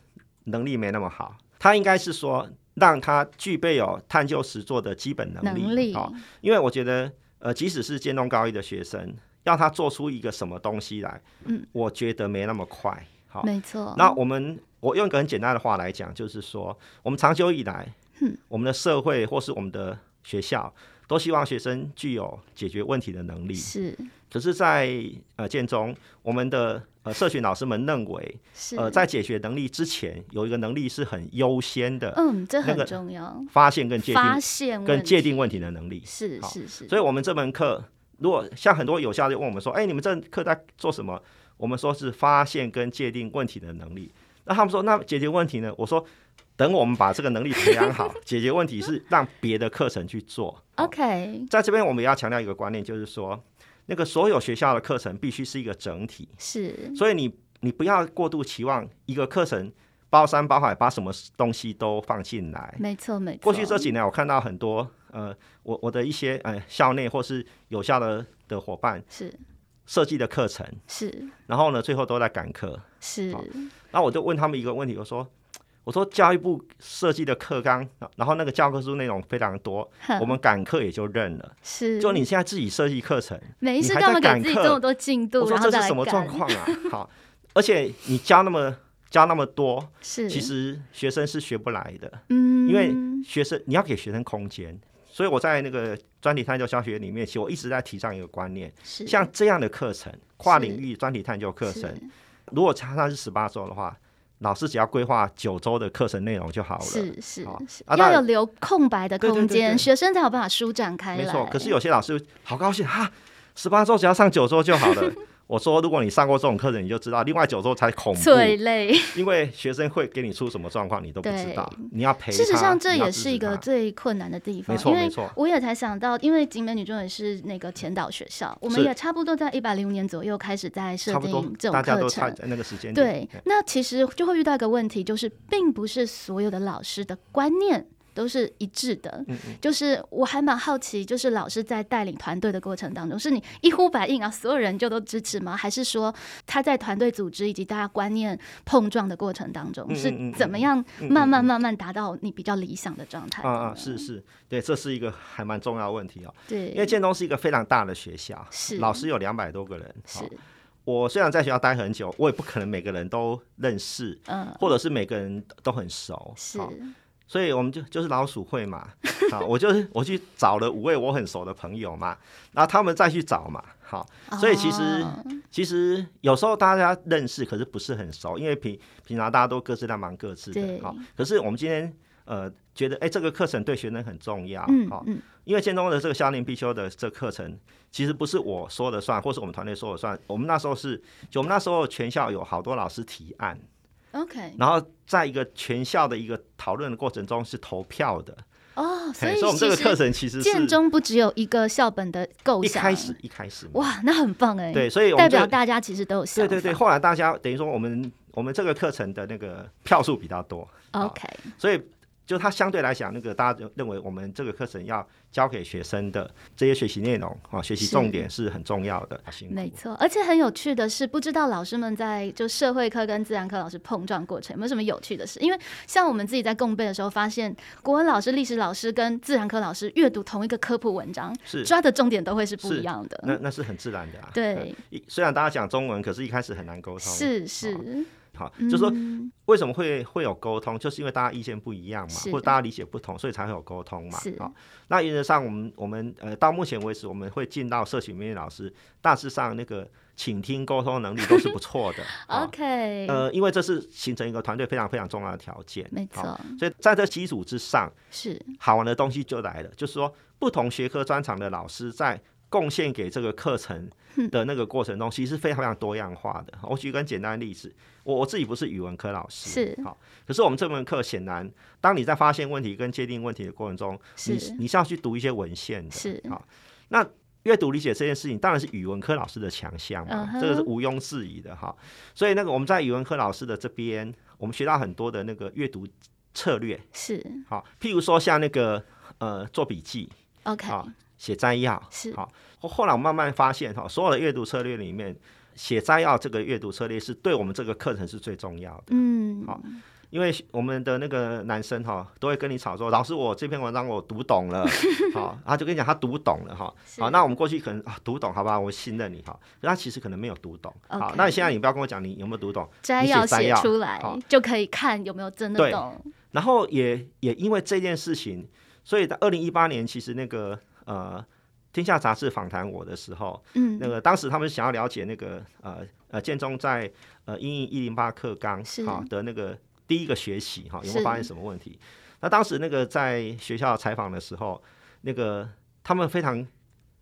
Speaker 1: 能力没那么好，他应该是说让他具备有探究实作的基本能力。
Speaker 3: 能力
Speaker 1: 哦，因为我觉得呃，即使是建中高一的学生，要他做出一个什么东西来，
Speaker 3: 嗯，
Speaker 1: 我觉得没那么快。好、
Speaker 3: 没错。
Speaker 1: 哦那我们我用一个很简单的话来讲，就是说，我们长久以来，
Speaker 3: 嗯
Speaker 1: 我们的社会或是我们的学校，都希望学生具有解决问题的能力。
Speaker 3: 是
Speaker 1: 可是在，呃建中，我们的呃社群老师们认为，
Speaker 3: 是
Speaker 1: 呃，在解决能力之前，有一个能力是很优先的
Speaker 3: 嗯，这
Speaker 1: 那个
Speaker 3: 很重要，
Speaker 1: 发现跟界
Speaker 3: 发
Speaker 1: 定
Speaker 3: 现
Speaker 1: 跟
Speaker 3: 问
Speaker 1: 界
Speaker 3: 题
Speaker 1: 定问题的能力。
Speaker 3: 是
Speaker 1: 好
Speaker 3: 是是，
Speaker 1: 所以，我们这门课，如果像很多有校就问我们说：“哎，你们这课在做什么？”我们说是发现跟界定问题的能力。那他们说：“那解决问题呢？”我说：“等我们把这个能力培养好，解决问题是让别的课程去做。好
Speaker 3: OK
Speaker 1: 在这边，我们也要强调一个观念，就是说，那个所有学校的课程必须是一个整体。
Speaker 3: 是
Speaker 1: 所以你你不要过度期望一个课程包山包海，把什么东西都放进来。
Speaker 3: 没错没错。
Speaker 1: 过去这几年，
Speaker 3: 啊
Speaker 1: 我看到很多呃，我我的一些呃校内或是有效的的伙伴
Speaker 3: 是
Speaker 1: 设计的课程，
Speaker 3: 是
Speaker 1: 然后呢，最后都在赶课。
Speaker 3: 是
Speaker 1: 好那我就问他们一个问题，我说。我说教育部设计的课纲，然后那个教科书内容非常多，
Speaker 3: 哼
Speaker 1: 我们赶课也就认了。
Speaker 3: 是，
Speaker 1: 就你现在自己设计课程，
Speaker 3: 每一
Speaker 1: 你
Speaker 3: 次
Speaker 1: 还
Speaker 3: 干
Speaker 1: 在
Speaker 3: 嘛给
Speaker 1: 赶
Speaker 3: 自己
Speaker 1: 课
Speaker 3: 这么多进
Speaker 1: 我
Speaker 3: 度，
Speaker 1: 说
Speaker 3: 然后
Speaker 1: 这
Speaker 3: 再
Speaker 1: 是
Speaker 3: 来
Speaker 1: 什么状
Speaker 3: 赶？
Speaker 1: 况啊？好，而且你教那么教那么多，
Speaker 3: 是，
Speaker 1: 其实学生是学不来的，
Speaker 3: 嗯，
Speaker 1: 因为学生你要给学生空间。所以我在那个专题探究教学里面，其实我一直在提倡一个观念，
Speaker 3: 是
Speaker 1: 像这样的课程，跨领域专题探究课程，如果常常是十八周的话，老师只要规划九周的课程内容就好了。
Speaker 3: 是是
Speaker 1: 好
Speaker 3: 是，
Speaker 1: 啊当
Speaker 3: 要有
Speaker 1: 然
Speaker 3: 留空白的
Speaker 1: 对对对
Speaker 3: 空
Speaker 1: 对
Speaker 3: 间，学生才有办法舒展开来。
Speaker 1: 没错，可是有些老师好高兴哈，十八周只要上九周就好
Speaker 3: [LAUGHS]
Speaker 1: 了。我说，如果你上过这种课程，你就知道，另外九周才恐怖，
Speaker 3: 催泪。
Speaker 1: 因为学生会给你出什么状况，你都不知道
Speaker 3: 对。
Speaker 1: 你要陪他。
Speaker 3: 事实上，这
Speaker 1: 你要
Speaker 3: 也
Speaker 1: 支
Speaker 3: 是一
Speaker 1: 持
Speaker 3: 个
Speaker 1: 他
Speaker 3: 最困难的地方
Speaker 1: 没，错
Speaker 3: 因
Speaker 1: 没
Speaker 3: 为
Speaker 1: 错
Speaker 3: 我也才想到，因为景美女中也是那个前导学校，我们
Speaker 1: 是
Speaker 3: 也差不多在一百零五年左右开始在设
Speaker 1: 差不多
Speaker 3: 定这种
Speaker 1: 大家
Speaker 3: 课
Speaker 1: 都差
Speaker 3: 程。
Speaker 1: 在那个时间点
Speaker 3: 对，那其实就会遇到一个问题，就是并不是所有的老师的观念都是一致的。
Speaker 1: 嗯
Speaker 3: 就是我还蛮好奇，就是老师在带领团队的过程当中，是你一呼百应啊，所有人就都支持吗？还是说他在团队组织以及大家观念碰撞的过程当中，
Speaker 1: 嗯
Speaker 3: 是
Speaker 1: 嗯嗯
Speaker 3: 怎么样
Speaker 1: 嗯嗯
Speaker 3: 慢慢慢慢达到你比较理想的状态
Speaker 1: 啊啊、
Speaker 3: 呢
Speaker 1: 是是，对，这是一个还蛮重要的问题哦，因为
Speaker 3: 对，
Speaker 1: 建中是一个非常大的学校，
Speaker 3: 是
Speaker 1: 老师有两百多个人，
Speaker 3: 是
Speaker 1: 哦我虽然在学校待很久，我也不可能每个人都认识，
Speaker 3: 嗯
Speaker 1: 或者是每个人都很熟，
Speaker 3: 是
Speaker 1: 哦所以我们就就是老鼠会
Speaker 3: [LAUGHS]
Speaker 1: 嘛，啊，我就是我去找了五位我很熟的朋友嘛，然后他们再去找嘛，好、所以其实、
Speaker 3: 哦
Speaker 1: 其实有时候大家认识，可是不是很熟，因为平平常大家都各自在忙各自的
Speaker 3: 对
Speaker 1: 哈、可是我们今天呃觉得，哎、这个课程对学生很重要，
Speaker 3: 嗯
Speaker 1: 好
Speaker 3: 嗯
Speaker 1: 因为建中的这个校令必修的这课程，其实不是我说了算，或是我们团队说了算。我们那时候是，就我们那时候全校有好多老师提案，
Speaker 3: ，OK
Speaker 1: 然后在一个全校的一个讨论的过程中是投票的。
Speaker 3: 哦，所
Speaker 1: 嘿所
Speaker 3: 以
Speaker 1: 以我们这个
Speaker 3: 其
Speaker 1: 课
Speaker 3: 实
Speaker 1: 程其实是
Speaker 3: 建中不只有一个校本的构
Speaker 1: 一
Speaker 3: 想，
Speaker 1: 开始一开始
Speaker 3: 哇，那很棒哎，
Speaker 1: 对，所以我
Speaker 3: 代
Speaker 1: 们这
Speaker 3: 表
Speaker 1: 个
Speaker 3: 大家其实都有想
Speaker 1: 对
Speaker 3: 法。
Speaker 1: 对对，后来大家等于说我们我们这个课程的那个票数比较多
Speaker 3: o k
Speaker 1: 所以就它相对来讲，那个大家就认为我们这个课程要教给学生的这些学习内容啊、哦学习
Speaker 3: 是
Speaker 1: 重点是很重要的。辛苦
Speaker 3: 没错，而且很有趣的是，不知道老师们在就社会科跟自然科老师碰撞过程有没有什么有趣的事？因为像我们自己在共背的时候，发现国文老师、历史老师跟自然科老师阅读同一个科普文章，
Speaker 1: 是
Speaker 3: 抓的重点都会是不
Speaker 1: 是
Speaker 3: 一样
Speaker 1: 那
Speaker 3: 的。
Speaker 1: 那是很自然的啊。
Speaker 3: 对
Speaker 1: 嗯，一虽然大家讲中文，可是一开始很难沟通。
Speaker 3: 是是，
Speaker 1: 好，就是说
Speaker 3: 嗯
Speaker 1: 为什么会会有沟通，就是因为大家意见不一样嘛，
Speaker 3: 是
Speaker 1: 或者大家理解不同，所以才会有沟通嘛
Speaker 3: 是。
Speaker 1: 好、那原则上我们我们呃到目前为止，我们会进到社群媒体老师，大致上那个倾听沟通能力都是不错
Speaker 3: [LAUGHS]
Speaker 1: 的。好
Speaker 3: OK，
Speaker 1: 呃，因为这是形成一个团队非常非常重要的条件。
Speaker 3: 没
Speaker 1: 好
Speaker 3: 错，
Speaker 1: 所以在这基础之上，
Speaker 3: 是
Speaker 1: 好玩的东西就来了，就是说不同学科专长的老师在贡献给这个课程
Speaker 3: 嗯
Speaker 1: 的那个过程中，其实是非常非常多样化的。我举一个很简单的例子，我我自己不是语文科老师，
Speaker 3: 是
Speaker 1: 好，可是我们这门课显然，当你在发现问题跟界定问题的过程中，你
Speaker 3: 是
Speaker 1: 你是要去读一些文献的，
Speaker 3: 是
Speaker 1: 好，那。阅读理解这件事情当然是语文科老师的强项嘛
Speaker 3: 嗯哼
Speaker 1: 这个是毋庸置疑的哈。所以那个我们在语文科老师的这边，我们学到很多的那个阅读策略，
Speaker 3: 是
Speaker 1: 好，譬如说像那个呃做笔记
Speaker 3: OK，
Speaker 1: 啊，写摘要
Speaker 3: 是
Speaker 1: 好。后后来我慢慢发现哈，所有的阅读策略里面，写摘要这个阅读策略是对我们这个课程是最重要的，
Speaker 3: 嗯，
Speaker 1: 好因为我们的那个男生哈都会跟你吵说，老师我这篇文章我读懂了， [LAUGHS] 好，他就跟你讲他读懂了哈，
Speaker 3: 是
Speaker 1: 好，那我们过去可能啊读懂好吧，我信任你哈，可他其实可能没有读懂，好
Speaker 3: OK，
Speaker 1: 那你现在你不要跟我讲你有没有读懂，
Speaker 3: 摘
Speaker 1: 你写
Speaker 3: 要
Speaker 1: 摘
Speaker 3: 写
Speaker 1: 要
Speaker 3: 出来
Speaker 1: 好
Speaker 3: 就可以看有没有真的
Speaker 1: 对
Speaker 3: 懂。
Speaker 1: 然后也也因为这件事情，所以在二零一八年，其实那个呃《天下杂志》访谈我的时候，
Speaker 3: 嗯
Speaker 1: 那，个当时他们想要了解那个呃呃建中在呃英译一零八课纲
Speaker 3: 是
Speaker 1: 好的那个第一个学期哈、有没
Speaker 3: 是
Speaker 1: 有发现什么问题？那当时那个在学校采访的时候，那个他们非常。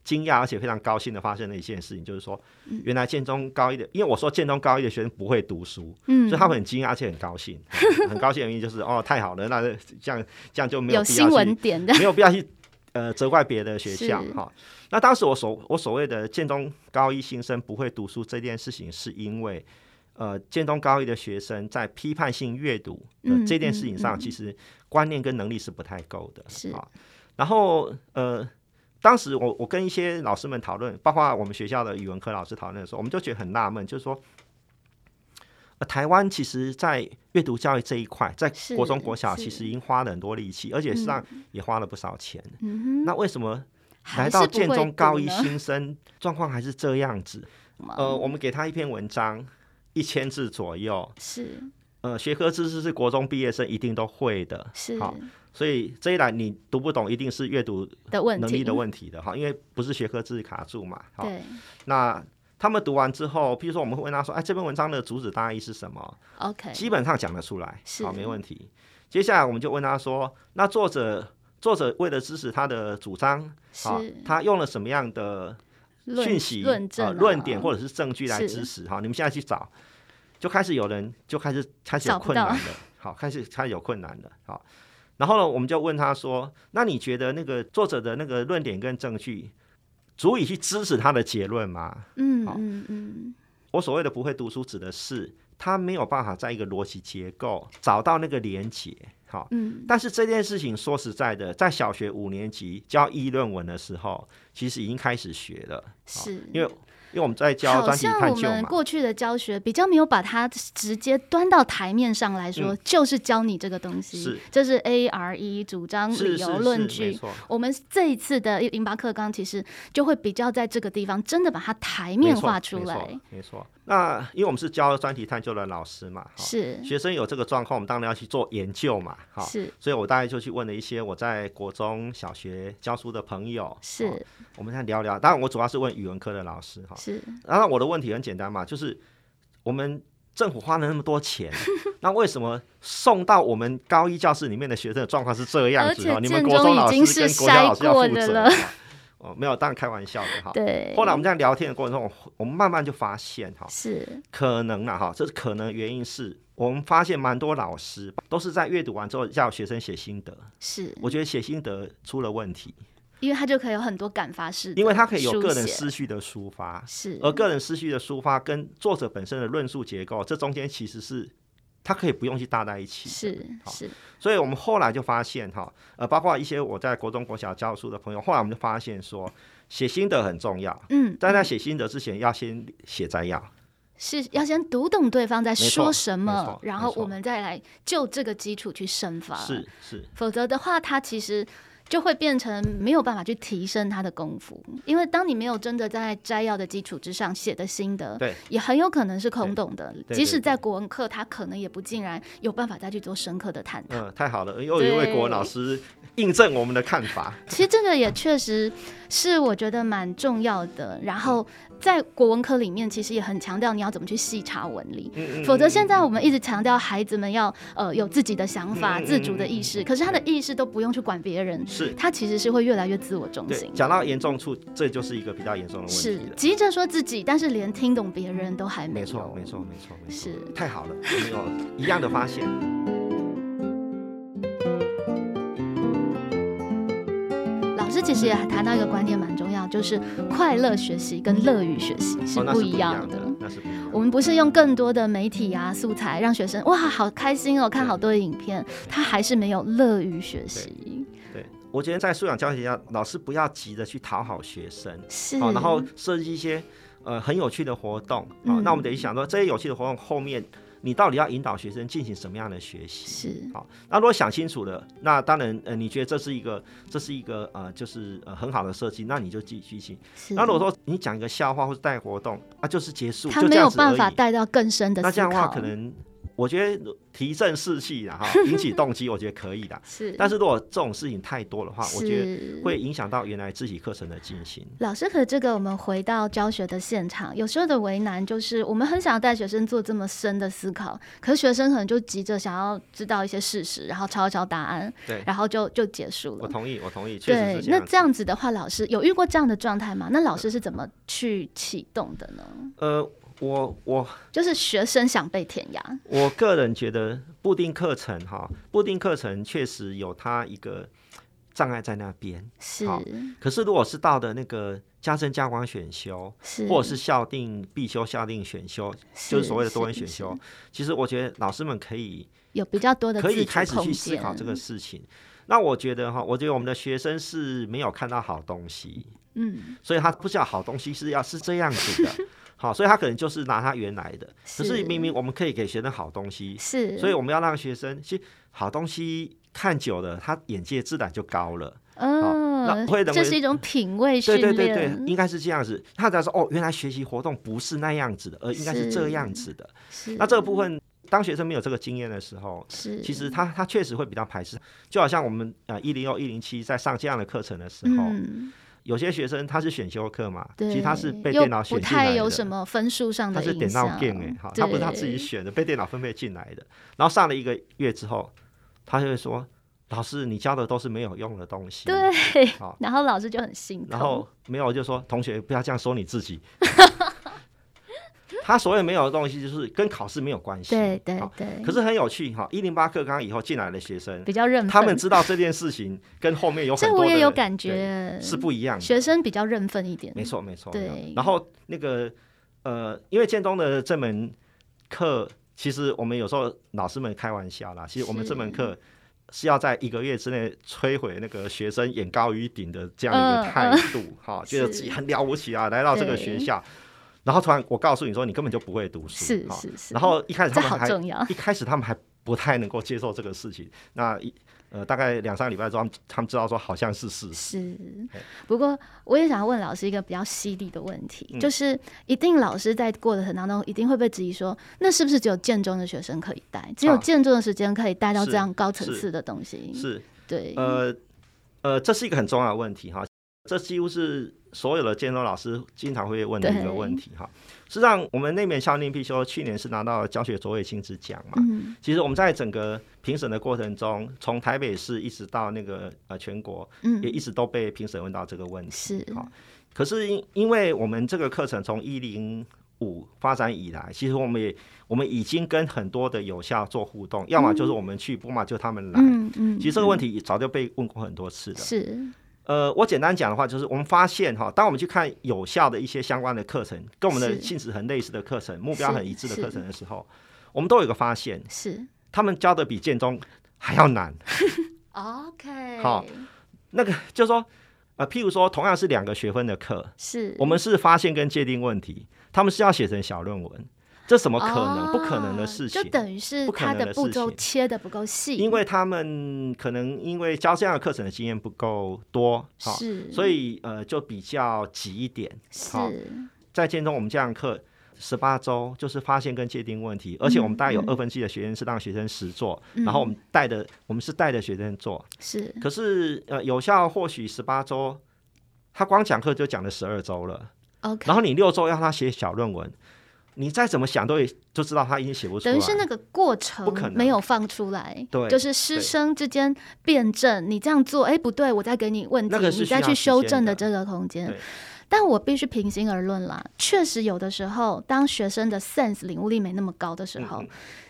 Speaker 1: 惊讶而且非常高兴的发生了一件事情，就是说，
Speaker 3: 嗯
Speaker 1: 原来建中高一的，因为我说建中高一的学生不会读书，
Speaker 3: 嗯
Speaker 1: 所以他们很惊讶，而且很高兴， [LAUGHS] 很高兴的原因就是哦，太好了，那这样这样就没
Speaker 3: 有
Speaker 1: 必
Speaker 3: 新
Speaker 1: 要
Speaker 3: 闻
Speaker 1: 去，
Speaker 3: 点的
Speaker 1: 没有必要去呃责怪别的学校
Speaker 3: 是
Speaker 1: 哈、那当时我所我所谓的建中高一新生不会读书这件事情，是因为呃建中高一的学生在批判性阅读的、
Speaker 3: 嗯
Speaker 1: 这件
Speaker 3: 嗯
Speaker 1: 事情上，
Speaker 3: 嗯
Speaker 1: 其实观念跟能力是不太够的，
Speaker 3: 是
Speaker 1: 啊。然后呃。当时我我跟一些老师们讨论，包括我们学校的语文科老师讨论的时候，我们就觉得很纳闷，就是说，呃、台湾其实在阅读教育这一块，在
Speaker 3: 是
Speaker 1: 国中、国小
Speaker 3: 是
Speaker 1: 其实已经花了很多力气，而且实际上也花了不少钱。
Speaker 3: 嗯哼，
Speaker 1: 那为什么
Speaker 3: 嗯还
Speaker 1: 来
Speaker 3: 是
Speaker 1: 到
Speaker 3: 不
Speaker 1: 建
Speaker 3: 会
Speaker 1: 中
Speaker 3: 读
Speaker 1: 高一
Speaker 3: 呢
Speaker 1: 新生状况还是这样子？呃，我们给他一篇文章，一千字左右。
Speaker 3: 是
Speaker 1: 呃，学科知识是国中毕业生一定都会的，
Speaker 3: 是
Speaker 1: 好所以这一栏你读不懂，一定是阅读
Speaker 3: 的问
Speaker 1: 能
Speaker 3: 题
Speaker 1: 力的问题的哈，因为不是学科知识卡住嘛。好，
Speaker 3: 对
Speaker 1: 那他们读完之后，譬如说我们会问他说，哎，这篇文章的主旨大意是什么？
Speaker 3: ，OK，
Speaker 1: 基本上讲得出来，
Speaker 3: 是
Speaker 1: 好，没问题。接下来我们就问他说，那作者作者为了支持他的主张，
Speaker 3: 是
Speaker 1: 好，他用了什么样的
Speaker 3: 论
Speaker 1: 讯息、
Speaker 3: 论证
Speaker 1: 呃
Speaker 3: 啊嗯
Speaker 1: 论点或者是证据来
Speaker 3: 是
Speaker 1: 支持？哈，你们现在去找，就开始有人就开始开始
Speaker 3: 找
Speaker 1: 有
Speaker 3: 不
Speaker 1: 困
Speaker 3: 到
Speaker 1: 难了，好，开始开始有困难了，好。然后呢，我们就问他说：“那你觉得那个作者的那个论点跟证据，足以去支持他的结论吗？”
Speaker 3: 嗯
Speaker 1: 好
Speaker 3: 嗯嗯，
Speaker 1: 我所谓的不会读书，指的是他没有办法在一个逻辑结构找到那个连结。好，
Speaker 3: 嗯，
Speaker 1: 但是这件事情说实在的，在小学五年级教议论文的时候，其实已经开始学了，
Speaker 3: 是
Speaker 1: 因为因为我们在教
Speaker 3: 好
Speaker 1: 专题
Speaker 3: 像
Speaker 1: 探
Speaker 3: 我
Speaker 1: 究
Speaker 3: 们
Speaker 1: 嘛。
Speaker 3: 过去的教学比较没有把它直接端到台面上来说，就是教你这个东
Speaker 1: 嗯
Speaker 3: 西，
Speaker 1: 是
Speaker 3: 这是 A R E 主张、
Speaker 1: 是
Speaker 3: 理
Speaker 1: 是
Speaker 3: 由、
Speaker 1: 是，
Speaker 3: 论
Speaker 1: 没
Speaker 3: 据。
Speaker 1: 错，
Speaker 3: 我们这一次的零八课纲其实就会比较在这个地方真的把它台面
Speaker 1: 没错
Speaker 3: 化出
Speaker 1: 没错
Speaker 3: 来，，
Speaker 1: 没错。那因为我们是教专题探究的老师嘛，好
Speaker 3: 是
Speaker 1: 学生有这个状况，我们当然要去做研究嘛，好。
Speaker 3: 是
Speaker 1: 所以我大概就去问了一些我在国中小学教书的朋友，好
Speaker 3: 是
Speaker 1: 我们再聊聊。当然，我主要是问语文科的老师哈。
Speaker 3: 是
Speaker 1: 然后我的问题很简单嘛，就是我们政府花了那么多
Speaker 3: [LAUGHS]
Speaker 1: 钱，那为什么送到我们高一教室里面的学生的状况是这样子
Speaker 3: 而
Speaker 1: 哦？
Speaker 3: 且
Speaker 1: 你们国中老师
Speaker 3: 建中已经
Speaker 1: 跟
Speaker 3: 是
Speaker 1: 国小老师要负
Speaker 3: 筛过
Speaker 1: 责
Speaker 3: 的了
Speaker 1: 哦。 [LAUGHS] 哦，没有，当然开玩笑的哈。
Speaker 3: 对，
Speaker 1: 后来我们在聊天的过程中，我我们慢慢就发现哈，
Speaker 3: 是
Speaker 1: 可能啊啦哈，这是可能原因是我们发现蛮多老师都是在阅读完之后叫学生写心得，
Speaker 3: 是，
Speaker 1: 我觉得写心得出了问题，
Speaker 3: 因为它就可以有很多感发式的书写，
Speaker 1: 因为他可以有个人思绪的抒发，
Speaker 3: 是
Speaker 1: 而个人思绪的抒发跟作者本身的论述结构，这中间其实是它可以不用去搭在一起。
Speaker 3: 是
Speaker 1: 好
Speaker 3: 是，
Speaker 1: 所以我们后来就发现哈，呃，包括一些我在国中、国小教书的朋友，后来我们就发现说，写心得很重要。
Speaker 3: 嗯，
Speaker 1: 但在写心得之前，要先写摘要。
Speaker 3: 是要先读懂对方在
Speaker 1: 错
Speaker 3: 说什
Speaker 1: 没
Speaker 3: 么
Speaker 1: 错，
Speaker 3: 然后
Speaker 1: 没错
Speaker 3: 我们再来就这个基础去深发。
Speaker 1: 是是，
Speaker 3: 否则的话，他其实就会变成没有办法去提升他的功夫，因为当你没有真的在摘要的基础之上写的心得，
Speaker 1: 对
Speaker 3: 也很有可能是空洞的。
Speaker 1: 对
Speaker 3: 即使
Speaker 1: 对
Speaker 3: 在国文课，他可能也不尽然有办法再去做深刻的探讨。
Speaker 1: 嗯、太好了，又一位国文老师印证我们的看法。
Speaker 3: 其实这个也确实是我觉得蛮重要的。然后在国文科里面，其实也很强调你要怎么去细查文理。
Speaker 1: 嗯嗯
Speaker 3: 否则，现在我们一直强调孩子们要呃有自己的想法、
Speaker 1: 嗯嗯
Speaker 3: 自主的意识，可是他的意识都不用去管别人，
Speaker 1: 是
Speaker 3: 他其实是会越来越自我中
Speaker 1: 对
Speaker 3: 心，。
Speaker 1: 讲到严重处，这就是一个比较严重的问
Speaker 3: 是
Speaker 1: 题了。
Speaker 3: 急着说自己，但是连听懂别人都还没
Speaker 1: 没
Speaker 3: 有。
Speaker 1: 错，没错，没错，没错。
Speaker 3: 是
Speaker 1: 太好了，我们有一样的发现。
Speaker 3: 老师其实也谈到一个观点蛮重要，就是快乐学习跟乐于学习是
Speaker 1: 哦，那
Speaker 3: 不
Speaker 1: 是
Speaker 3: 一
Speaker 1: 一
Speaker 3: 样
Speaker 1: 样
Speaker 3: 的。
Speaker 1: 那是不一样
Speaker 3: 我
Speaker 1: 的。
Speaker 3: 们不是用更多的媒体啊素材让学生哇好开心哦，看好多的影片，他还是没有乐于学习。
Speaker 1: 对，我觉得在素养教学上，老师不要急着去讨好学生，哦
Speaker 3: 是，
Speaker 1: 好、然后设计一些呃很有趣的活动啊、
Speaker 3: 嗯
Speaker 1: 那我们得想说，这些有趣的活动后面，你到底要引导学生进行什么样的学习？
Speaker 3: 是
Speaker 1: 好，那如果想清楚了，那当然，呃，你觉得这是一个，这是一个，呃，就是呃很好的设计，那你就继续行。
Speaker 3: 是，
Speaker 1: 那如果说你讲一个笑话或者带活动，啊，就是结束，
Speaker 3: 他
Speaker 1: 就
Speaker 3: 没
Speaker 1: 这
Speaker 3: 有
Speaker 1: 样子
Speaker 3: 办
Speaker 1: 而
Speaker 3: 法
Speaker 1: 已。
Speaker 3: 带到更深的思考。
Speaker 1: 那这样的话，可能我觉得提振士气
Speaker 3: [LAUGHS]
Speaker 1: 啦，哈，引起动机，我觉得可以的。
Speaker 3: 是，
Speaker 1: 但是如果这种事情太多的话，我觉得
Speaker 3: 是
Speaker 1: 会影响到原来自己课程的进行。
Speaker 3: 老师，可这个我们回到教学的现场，有时候的为难就是，我们很想带学生做这么深的思考，可是学生可能就急着想要知道一些事实，然后抄一抄答案，
Speaker 1: 对，
Speaker 3: 然后就就结束
Speaker 1: 我
Speaker 3: 了。
Speaker 1: 同意，我同意，确实
Speaker 3: 对
Speaker 1: 是，这
Speaker 3: 那
Speaker 1: 样。
Speaker 3: 这样子的话，老师有遇过这样的状态吗？那老师是怎么去启动的呢？
Speaker 1: 呃，我我
Speaker 3: 就是学生想被填鸭，
Speaker 1: 我个人觉得固定课程哈，固定课程确实有它一个障碍在那边。
Speaker 3: 是
Speaker 1: 好可是如果是到的那个加深加广选修，
Speaker 3: 是，
Speaker 1: 或者是校定必修、校定选修，就是所谓的多元选修
Speaker 3: 是，
Speaker 1: 其实我觉得老师们可以
Speaker 3: 有比较多的
Speaker 1: 可以
Speaker 3: 自主
Speaker 1: 开始
Speaker 3: 空
Speaker 1: 去思
Speaker 3: 间
Speaker 1: 考这个，事情。那我觉得哈，我觉得我们的学生是没有看到好东西，
Speaker 3: 嗯，
Speaker 1: 所以他不知道好东西是要是这样
Speaker 3: [LAUGHS]
Speaker 1: 子的，好，所以他可能就是拿他原来的。可是
Speaker 3: 是
Speaker 1: 明明我们可以给学生好东西，
Speaker 3: 是，
Speaker 1: 所以我们要让学生，其实好东西看久了，他眼界自然就高了。
Speaker 3: 嗯
Speaker 1: 那会，认
Speaker 3: 这
Speaker 1: 为
Speaker 3: 是一种品味训
Speaker 1: 对对
Speaker 3: 练，
Speaker 1: 对对，应该是这样子。他才说哦，原来学习活动不是那样子的，而应该是这
Speaker 3: 是
Speaker 1: 样子的。
Speaker 3: 是
Speaker 1: 那这个部分，当学生没有这个经验的时候，
Speaker 3: 是
Speaker 1: 其实他他确实会比较排斥。就好像我们呃一零六一零七在上这样的课程的时候，
Speaker 3: 嗯。
Speaker 1: 有些学生他是选修课嘛，
Speaker 3: 对，
Speaker 1: 其实他是被
Speaker 3: 又
Speaker 1: 电脑
Speaker 3: 不
Speaker 1: 选进
Speaker 3: 太
Speaker 1: 来
Speaker 3: 有
Speaker 1: 的。
Speaker 3: 什么分数上
Speaker 1: 他
Speaker 3: 的
Speaker 1: 是
Speaker 3: 影
Speaker 1: 点到
Speaker 3: 响。
Speaker 1: game 哎、好，他不是他自己
Speaker 3: 对
Speaker 1: 选的，被电脑分配进来的。然后上了一个月之后，他就会说：“老师，你教的都是没有用的东西。”
Speaker 3: 对 [LAUGHS]
Speaker 1: 好，
Speaker 3: 然后老师就很心
Speaker 1: 嗯
Speaker 3: 痛。
Speaker 1: 然后没有就说：“同学，不要这样说你自
Speaker 3: [LAUGHS]
Speaker 1: 己。”他所谓没有的东西，就是跟考试没有关系。
Speaker 3: 对对
Speaker 1: 好
Speaker 3: 对，
Speaker 1: 可是很有趣哈，一零八课纲以后进来的学生，
Speaker 3: 比较认份
Speaker 1: 他们知道这件事情跟后面有很
Speaker 3: 嗯 [LAUGHS] 这
Speaker 1: 多
Speaker 3: 我
Speaker 1: 的
Speaker 3: 也
Speaker 1: 人
Speaker 3: 有感
Speaker 1: 对
Speaker 3: 觉，
Speaker 1: 是不一样的。
Speaker 3: 学生比较认份一点。
Speaker 1: 嗯没，错，没错。没错
Speaker 3: 对
Speaker 1: 然后那个呃，因为建中的这门课，其实我们有时候老师们开玩笑啦，其实我们这门课是要在一个月之内摧毁那个学生眼高于顶的这样一
Speaker 3: 嗯
Speaker 1: 个态度，
Speaker 3: [LAUGHS]
Speaker 1: 哈、觉得
Speaker 3: 是
Speaker 1: 自己很了不起啊，来到这个
Speaker 3: 对
Speaker 1: 学校，然后突然我告诉你说，你根本就不会读书，
Speaker 3: 是
Speaker 1: 哈
Speaker 3: 是是。
Speaker 1: 哦然后一开始他
Speaker 3: 这
Speaker 1: 们
Speaker 3: 好
Speaker 1: 还
Speaker 3: 重
Speaker 1: [LAUGHS]
Speaker 3: [LAUGHS] 要。
Speaker 1: 一开始他们还不太能够接受这个事情，那一呃大概两三个礼拜之后，他们他们知道说好像是事实，
Speaker 3: 是
Speaker 1: 对，
Speaker 3: 不过我也想要问老师一个比较犀利的问题，
Speaker 1: 嗯
Speaker 3: 就是一定老师在过的程当中，一定会被质疑说，那是不是只有建中的学生可以带，只有
Speaker 1: 啊
Speaker 3: 建中的时间可以带到
Speaker 1: 是
Speaker 3: 这样高层
Speaker 1: 是
Speaker 3: 次的东西？
Speaker 1: 是
Speaker 3: 对，
Speaker 1: 呃呃，这是一个很重要的问题哈，这几乎是所有的建中老师经常会问的一
Speaker 3: 对
Speaker 1: 个问题哈。实际上，我们那免校定必修去年是拿到教学卓越金质奖嘛。
Speaker 3: 嗯，
Speaker 1: 其实我们在整个评审的过程中，从台北市一直到那个呃全国，
Speaker 3: 嗯
Speaker 1: 也一直都被评审问到这个问题。
Speaker 3: 是
Speaker 1: 好可是因因为我们这个课程从一零五发展以来，其实我们也我们已经跟很多的有效做互动，要么就是我们去，不嘛就他们来。
Speaker 3: 嗯嗯，
Speaker 1: 其实这个问题早就被问过很多次了。
Speaker 3: 是
Speaker 1: 呃，我简单讲的话，就是我们发现哈，当我们去看有效的一些相关的课程，跟我们的
Speaker 3: 是
Speaker 1: 性质很类似的课程、目标很一致的课
Speaker 3: 是
Speaker 1: 程的时候，我们都有一个发现，
Speaker 3: 是
Speaker 1: 他们教的比建中还要难。
Speaker 3: OK，
Speaker 1: 好，那个就是说，呃，譬如说同样是两个学分的课，
Speaker 3: 是
Speaker 1: 我们是发现跟界定问题，他们是要写成小论文，这怎么可能？不可能的事情。
Speaker 3: 哦就等于是
Speaker 1: 不可
Speaker 3: 它
Speaker 1: 能
Speaker 3: 的
Speaker 1: 的
Speaker 3: 步
Speaker 1: 事
Speaker 3: 骤
Speaker 1: 情
Speaker 3: 切的不够细，
Speaker 1: 因为他们可能因为教这样的课程的经验不够多，好、
Speaker 3: 是，
Speaker 1: 所以呃就比较急一点。
Speaker 3: 是嗯
Speaker 1: 好在建中我们这样的课十八周就是发现跟界定问题，而且我们大概有
Speaker 3: 嗯
Speaker 1: 二分之一的学生是让学生实做，然后我们带的我们是带着学生做，
Speaker 3: 是
Speaker 1: 可是呃有效或许十八周。他光讲课就讲了十二周了，
Speaker 3: OK，
Speaker 1: 然后你六周要他写小论文，你再怎么想都也就知道他已经写不出来。
Speaker 3: 等于是那个过程
Speaker 1: 不可能
Speaker 3: 没有放出来，
Speaker 1: 对
Speaker 3: 就是师
Speaker 1: 对
Speaker 3: 生之间辩证，你这样做，哎，不对，我再给你问题，
Speaker 1: 那个是
Speaker 3: 你
Speaker 1: 需
Speaker 3: 再
Speaker 1: 要
Speaker 3: 去
Speaker 1: 时
Speaker 3: 修
Speaker 1: 间
Speaker 3: 正的
Speaker 1: 的
Speaker 3: 这个空间
Speaker 1: 对。
Speaker 3: 但我必须平心而论啦，确实有的时候，当学生的 sense 领悟力没那么高的时候，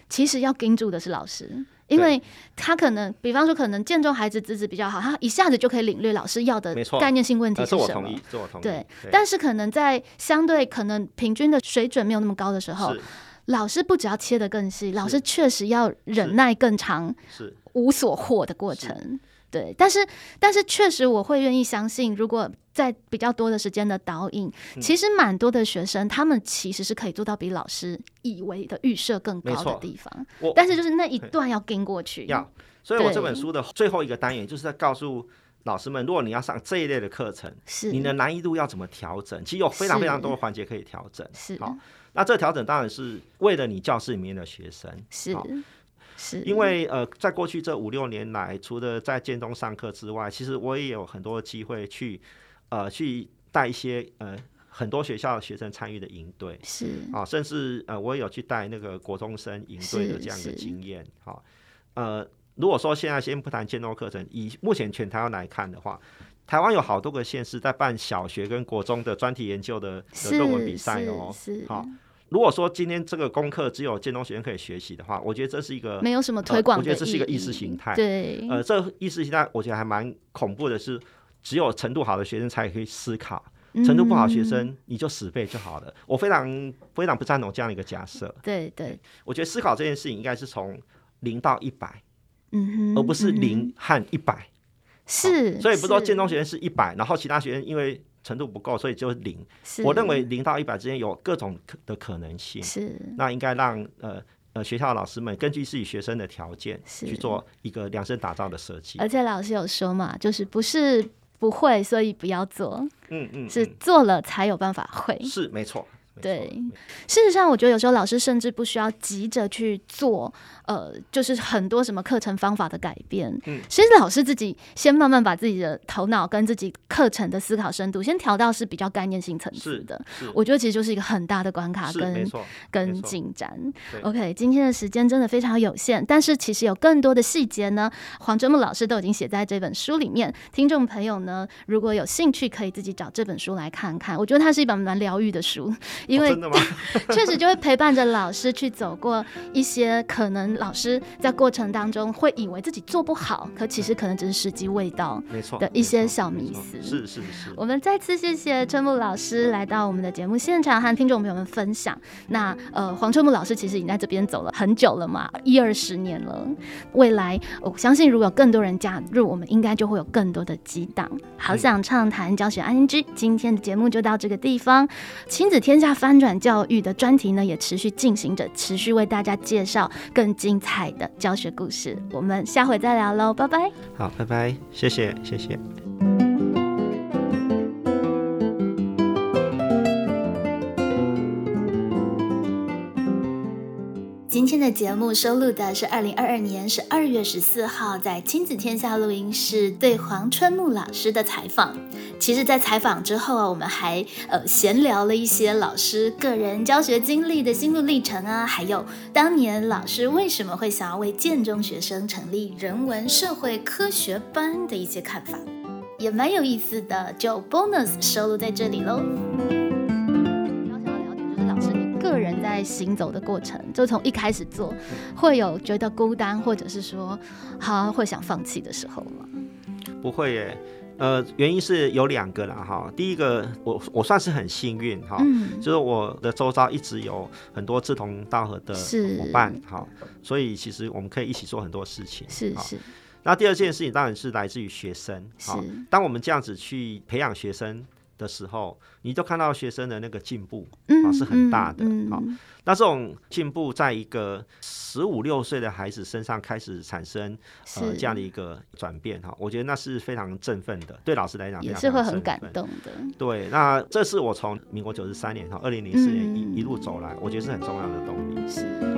Speaker 3: 其实要盯住的是老师。因
Speaker 1: 嗯对
Speaker 3: 为他可能，比方说，可能建中孩子资质比较好，他一下子就可以领略老师要的
Speaker 1: 没错
Speaker 3: 概念性问题
Speaker 1: 呃，
Speaker 3: 是
Speaker 1: 这我
Speaker 3: 什
Speaker 1: 同
Speaker 3: 么
Speaker 1: 意。，这我同意。
Speaker 3: 对，但是可能在相对可能平均的水准没有那么高的时候
Speaker 1: 是，
Speaker 3: 老师不只要切得更细，老师确实要忍耐更长
Speaker 1: 是
Speaker 3: 无所获的过程。对，但是但是确实我会愿意相信，如果在比较多的时间的导引，
Speaker 1: 嗯
Speaker 3: 其实蛮多的学生他们其实是可以做到比老师以为的预设更高
Speaker 1: 没
Speaker 3: 的
Speaker 1: 错
Speaker 3: 地方
Speaker 1: 我，
Speaker 3: 但是就是那一段要跟过
Speaker 1: [LAUGHS]
Speaker 3: 去。
Speaker 1: 要。所以我
Speaker 3: 对
Speaker 1: 这本书的最后一个单元就是在告诉老师们，如果你要上这一类的课程，
Speaker 3: 是
Speaker 1: 你的难易度要怎么调整？其实有非常
Speaker 3: 是
Speaker 1: 非常多的环节可以调整。
Speaker 3: 是
Speaker 1: 好，那这个调整当然是为了你教室里面的学生，
Speaker 3: 是
Speaker 1: 好
Speaker 3: 是，
Speaker 1: 因为呃，在过去这五六年来，除了在建中上课之外，其实我也有很多机会去呃去带一些呃很多学校的学生参与的营队。
Speaker 3: 是
Speaker 1: 啊，甚至呃，我也有去带那个国中生营队的
Speaker 3: 是
Speaker 1: 这样一
Speaker 3: 是
Speaker 1: 个经验。好、呃，如果说现在先不谈建中课程，以目前全台湾来看的话，台湾有好多个县市在办小学跟国中的专题研究的的
Speaker 3: 是
Speaker 1: 论文比赛哦。
Speaker 3: 是是
Speaker 1: 好、如果说今天这个功课只有建中学生可以学习的话，我觉得这是一个
Speaker 3: 没有什么推
Speaker 1: 呃
Speaker 3: 广
Speaker 1: 我
Speaker 3: 的
Speaker 1: 觉
Speaker 3: 义、
Speaker 1: 得这是一个意识形态。
Speaker 3: 对，
Speaker 1: 呃，这意识形态我觉得还蛮恐怖的是，只有程度好的学生才可以思考。
Speaker 3: 嗯
Speaker 1: 程度不好，学生你就死背就好了。我非常非常不赞同这样的一个假设。
Speaker 3: 对对，
Speaker 1: 我觉得思考这件事情应该是从零到一百，
Speaker 3: 嗯哼，
Speaker 1: 而不是
Speaker 3: 嗯哼
Speaker 1: 零和一百、
Speaker 3: 是，
Speaker 1: 所以不是说
Speaker 3: 是
Speaker 1: 建中学生是一百，然后其他学生因为程度不够，所以就是零。
Speaker 3: 是
Speaker 1: 我认为零到一百之间有各种可的可能性，
Speaker 3: 是
Speaker 1: 那应该让呃呃学校的老师们根据自己学生的条件
Speaker 3: 是呃
Speaker 1: 去做一个量身打造的设计。
Speaker 3: 而且老师有说嘛，就是不是不会，所以不要做，
Speaker 1: 嗯嗯，
Speaker 3: 是
Speaker 1: 嗯
Speaker 3: 做了才有办法会。
Speaker 1: 是没错。没错
Speaker 3: 对，事实上，我觉得有时候老师甚至不需要急着去做，呃，就是很多什么课程方法的改变。
Speaker 1: 嗯
Speaker 3: 其实老师自己先慢慢把自己的头脑跟自己课程的思考深度先调到是比较概念性层次
Speaker 1: 是
Speaker 3: 的。
Speaker 1: 是
Speaker 3: 我觉得其实就是一个很大的关卡，
Speaker 1: 是没
Speaker 3: 跟
Speaker 1: 错，没
Speaker 3: 跟
Speaker 1: 错
Speaker 3: 进展。
Speaker 1: 对
Speaker 3: OK，今天的时间真的非常有限，但是其实有更多的细节呢，黄哲木老师都已经写在这本书里面。听众朋友呢，如果有兴趣，可以自己找这本书来看看。我觉得它是一本蛮疗愈的书，因
Speaker 1: 哦
Speaker 3: 为
Speaker 1: 真
Speaker 3: [LAUGHS]
Speaker 1: 的吗？
Speaker 3: 确实就会陪伴着老师去走过一些可能老师在过程当中会以为自己做不好，可其实可能只是时机未到。
Speaker 1: 没错
Speaker 3: 的一
Speaker 1: 没
Speaker 3: 些
Speaker 1: 错
Speaker 3: 小
Speaker 1: 没
Speaker 3: 迷
Speaker 1: 错
Speaker 3: 思
Speaker 1: 是是是，
Speaker 3: 我们再次谢谢春木老师来到我们的节目现场，和听众朋友们分享。那呃，黄春木老师其实已经在这边走了很久了嘛，一二十年了。未来我相信，如果有更多人加入，我们应该就会有更多的激荡。好想畅谈教学 ING，今天的节目就到这个地方。亲子天下翻转教育的专题呢，也持续进行着，持续为大家介绍更精彩的教学故事。我们下回再聊喽，拜拜。
Speaker 1: 好，拜拜，谢谢谢谢。
Speaker 5: 今天的节目收录的是二零二二年十二月十四号在亲子天下录音室对黄春木老师的采访。其实，在采访之后啊，我们还呃闲聊了一些老师个人教学经历的心路历程啊，还有当年老师为什么会想要为建中学生成立人文社会科学班的一些看法，也蛮有意思的，就 bonus 收录在这里喽。
Speaker 3: 比较想要了解，就是老师你个人在行走的过程，就从一开始做，会有觉得孤单，或者是说，好、会想放弃的时候吗？
Speaker 1: 不会耶，呃，原因是有两个啦哈。第一个，我我算是很幸运哈，
Speaker 3: 嗯，
Speaker 1: 就是我的周遭一直有很多志同道合的
Speaker 3: 是
Speaker 1: 伙伴哈，所以其实我们可以一起做很多事情。
Speaker 3: 是
Speaker 1: 哈
Speaker 3: 是
Speaker 1: 那第二件事情当然是来自于学生
Speaker 3: 是
Speaker 1: 哈。当我们这样子去培养学生的时候，你就看到学生的那个进步。
Speaker 3: 嗯，
Speaker 1: 是很大的
Speaker 3: 嗯
Speaker 1: 好
Speaker 3: 嗯
Speaker 1: 那这种进步，在一个十五六岁的孩子身上开始产生呃
Speaker 3: 是
Speaker 1: 这样的一个转变哈，我觉得那是非常振奋的，对老师来讲非
Speaker 3: 也
Speaker 1: 常
Speaker 3: 是会
Speaker 1: 非常
Speaker 3: 很
Speaker 1: 振
Speaker 3: 感
Speaker 1: 奋。
Speaker 3: 动的，
Speaker 1: 对，那这是我从民国九十三年哈，二零零四年
Speaker 3: 嗯
Speaker 1: 一一路走来，我觉得是很重要的动力。
Speaker 3: 是。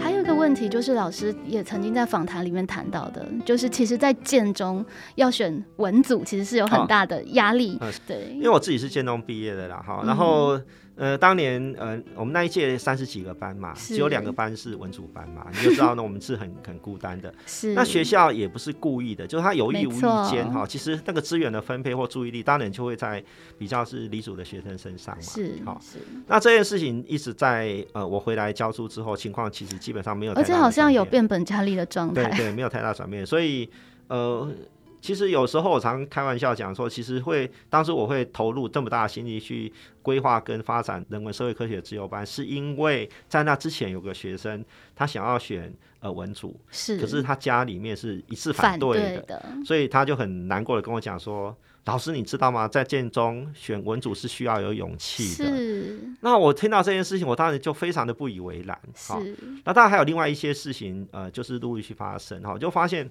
Speaker 3: 还有一个问题就是，老师也曾经在访谈里面谈到的，就是其实，在建中要选文组，其实是有很大的压力。
Speaker 1: 嗯
Speaker 3: 对
Speaker 1: 哦因，为我自己是建中毕业的啦，哈，然后、
Speaker 3: 嗯
Speaker 1: 呃，当年呃，我们那一届三十几个班嘛，
Speaker 3: 是
Speaker 1: 只有两个班是文组班嘛，你就知道呢，我们是很很孤单的。
Speaker 3: [LAUGHS] 是
Speaker 1: 那学校也不是故意的，就是他有意无
Speaker 3: 没
Speaker 1: 意
Speaker 3: 错
Speaker 1: 间哈，其实那个资源的分配或注意力，当然就会在比较是离组的学生身上嘛。
Speaker 3: 是
Speaker 1: 好，
Speaker 3: 是，
Speaker 1: 那这件事情一直在呃，我回来教书之后，情况其实基本上没有太
Speaker 3: 而
Speaker 1: 大的
Speaker 3: 且
Speaker 1: 转变，
Speaker 3: 好像有变本加厉的状
Speaker 1: 对
Speaker 3: 态。
Speaker 1: 对，没有太大转变，所以呃。其实有时候我常开玩笑讲说，其实会当时我会投入这么大的心力去规划跟发展人文社会科学自由班，是因为在那之前有个学生他想要选呃文组，
Speaker 3: 是，
Speaker 1: 可是他家里面是一致
Speaker 3: 嗯反
Speaker 1: 反对的，
Speaker 3: 的，
Speaker 1: 所以他就很难过的跟我讲说：“老师，你知道吗？在建中选文组是需要有勇气的。
Speaker 3: 是”
Speaker 1: 那我听到这件事情，我当然就非常的不以为然。好，
Speaker 3: 是
Speaker 1: 那当然还有另外一些事情，呃，就是陆续发生哈，就发现，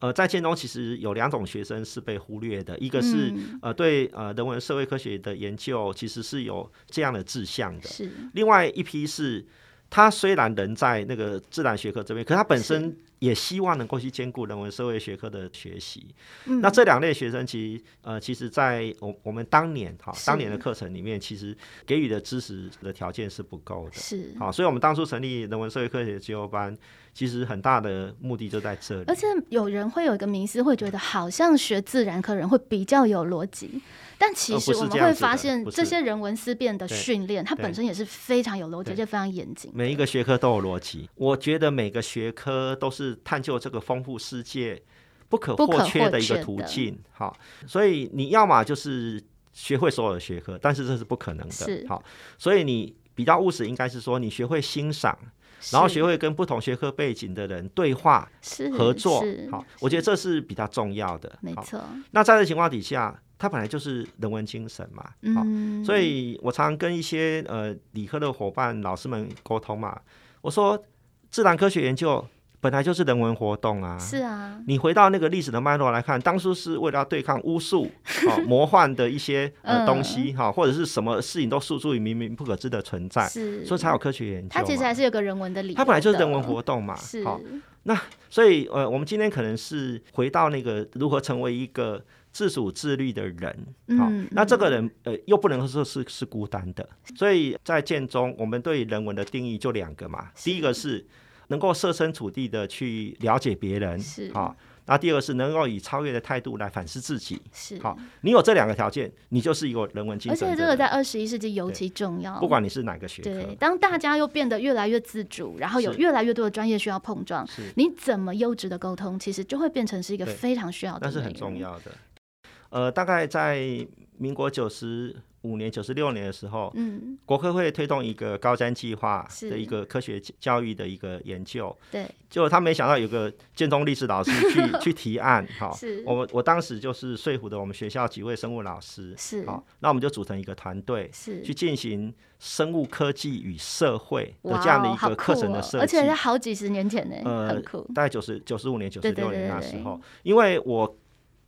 Speaker 1: 呃，在建中其实有两种学生是被忽略的，一个是、
Speaker 3: 嗯
Speaker 1: 呃对呃人文社会科学的研究其实是有这样的志向的，
Speaker 3: 是
Speaker 1: 另外一批是。他虽然人在那个自然学科这边，可他本身也希望能够去兼顾人文社会学科的学习。
Speaker 3: 嗯
Speaker 1: 那这两类学生，其实呃，其实在我我们当年哈
Speaker 3: 是
Speaker 1: 当年的课程里面，其实给予的知识的条件是不够的。
Speaker 3: 是，
Speaker 1: 好，所以我们当初成立人文社会科学自由班，其实很大的目的就在这里。
Speaker 3: 而且有人会有一个迷思，会觉得好像学自然科人会比较有逻辑，但其
Speaker 1: 呃
Speaker 3: 实
Speaker 1: 不是
Speaker 3: 我们
Speaker 1: 这样
Speaker 3: 会
Speaker 1: 子
Speaker 3: 发
Speaker 1: 的
Speaker 3: 现，
Speaker 1: 不
Speaker 3: 这
Speaker 1: 是
Speaker 3: 些人文思辨的
Speaker 1: 对
Speaker 3: 训练，它本
Speaker 1: 对
Speaker 3: 身也是非常有逻辑，而
Speaker 1: 对
Speaker 3: 且非常严谨。
Speaker 1: 每一个学科都有逻辑，我觉得每个学科都是探究这个丰富世界不可
Speaker 3: 不可
Speaker 1: 或缺
Speaker 3: 或
Speaker 1: 的一个
Speaker 3: 缺的
Speaker 1: 途径。好，所以你要么就是学会所有的学科，但是这是不可能
Speaker 3: 是
Speaker 1: 的。好，所以你比较务实，应该是说你学会欣赏，然后
Speaker 3: 是嗯
Speaker 1: 学会跟不同学科背景的人对话、
Speaker 3: 是
Speaker 1: 合作
Speaker 3: 是。
Speaker 1: 好，我觉得这是比较重要的。
Speaker 3: 没
Speaker 1: 好，
Speaker 3: 错，
Speaker 1: 那在这情况底下，它本来就是人文精神嘛。好，
Speaker 3: 嗯，
Speaker 1: 所以我常跟一些呃理科的伙伴、老师们沟通嘛，我说自然科学研究本来就是人文活动啊。
Speaker 3: 是啊，
Speaker 1: 你回到那个历史的脉络来看，当初是为了要对抗巫术、
Speaker 3: [LAUGHS]
Speaker 1: 哦、魔幻的一些呃
Speaker 3: 嗯
Speaker 1: 东西哈、或者是什么事情都诉诸于明明不可知的存在，
Speaker 3: 是，
Speaker 1: 所以才有科学研究嘛。
Speaker 3: 它其实还是有个人文的理由的，
Speaker 1: 它本来就是人文活动嘛，
Speaker 3: 是
Speaker 1: 好、所以呃，我们今天可能是回到那个如何成为一个自主自律的人，好、
Speaker 3: 嗯
Speaker 1: 那这个人呃又不能说是是孤单的，所以在建中，我们对人文的定义就两个嘛，第一个是能够设身处地的去了解别人，
Speaker 3: 是
Speaker 1: 好、那第二个是能够以超越的态度来反思自己，
Speaker 3: 是
Speaker 1: 好你有这两个条件，你就是一个人文精
Speaker 3: 而
Speaker 1: 神的人。
Speaker 3: 且这个在二十一世纪尤
Speaker 1: 对
Speaker 3: 其重要，
Speaker 1: 不管你是哪个学
Speaker 3: 对，
Speaker 1: 科，
Speaker 3: 当大家又变得越来越自主，然后有
Speaker 1: 是
Speaker 3: 越来越多的专业需要碰撞
Speaker 1: 是，
Speaker 3: 你怎么优质的沟通，其实就会变成是一个
Speaker 1: 对
Speaker 3: 非常需要的，
Speaker 1: 那是很重。要的。呃，大概在民国九十五年、九十六年的时候，
Speaker 3: 嗯，
Speaker 1: 国科会推动一个高瞻计划
Speaker 3: 是
Speaker 1: 的一个科学教育的一个研究，
Speaker 3: 对，
Speaker 1: 结果他没想到有个建中历史老师
Speaker 3: [LAUGHS]
Speaker 1: 去去提案，哈
Speaker 3: 是，
Speaker 1: 我我当时就是说服的我们学校几位生物老师，
Speaker 3: 是
Speaker 1: 好，那我们就组成一个团队。
Speaker 3: 是
Speaker 1: 去进行生物科技与社会的
Speaker 3: 哇
Speaker 1: 这样的
Speaker 3: 哦
Speaker 1: 一
Speaker 3: 好
Speaker 1: 个课
Speaker 3: 酷
Speaker 1: 程的
Speaker 3: 哦
Speaker 1: 设计，
Speaker 3: 而且是好几十年前呢，
Speaker 1: 呃
Speaker 3: 很酷。
Speaker 1: 大概九十九十五年、九十
Speaker 3: 对
Speaker 1: 六
Speaker 3: 对
Speaker 1: 年那
Speaker 3: 对
Speaker 1: 时
Speaker 3: 对
Speaker 1: 候，因为我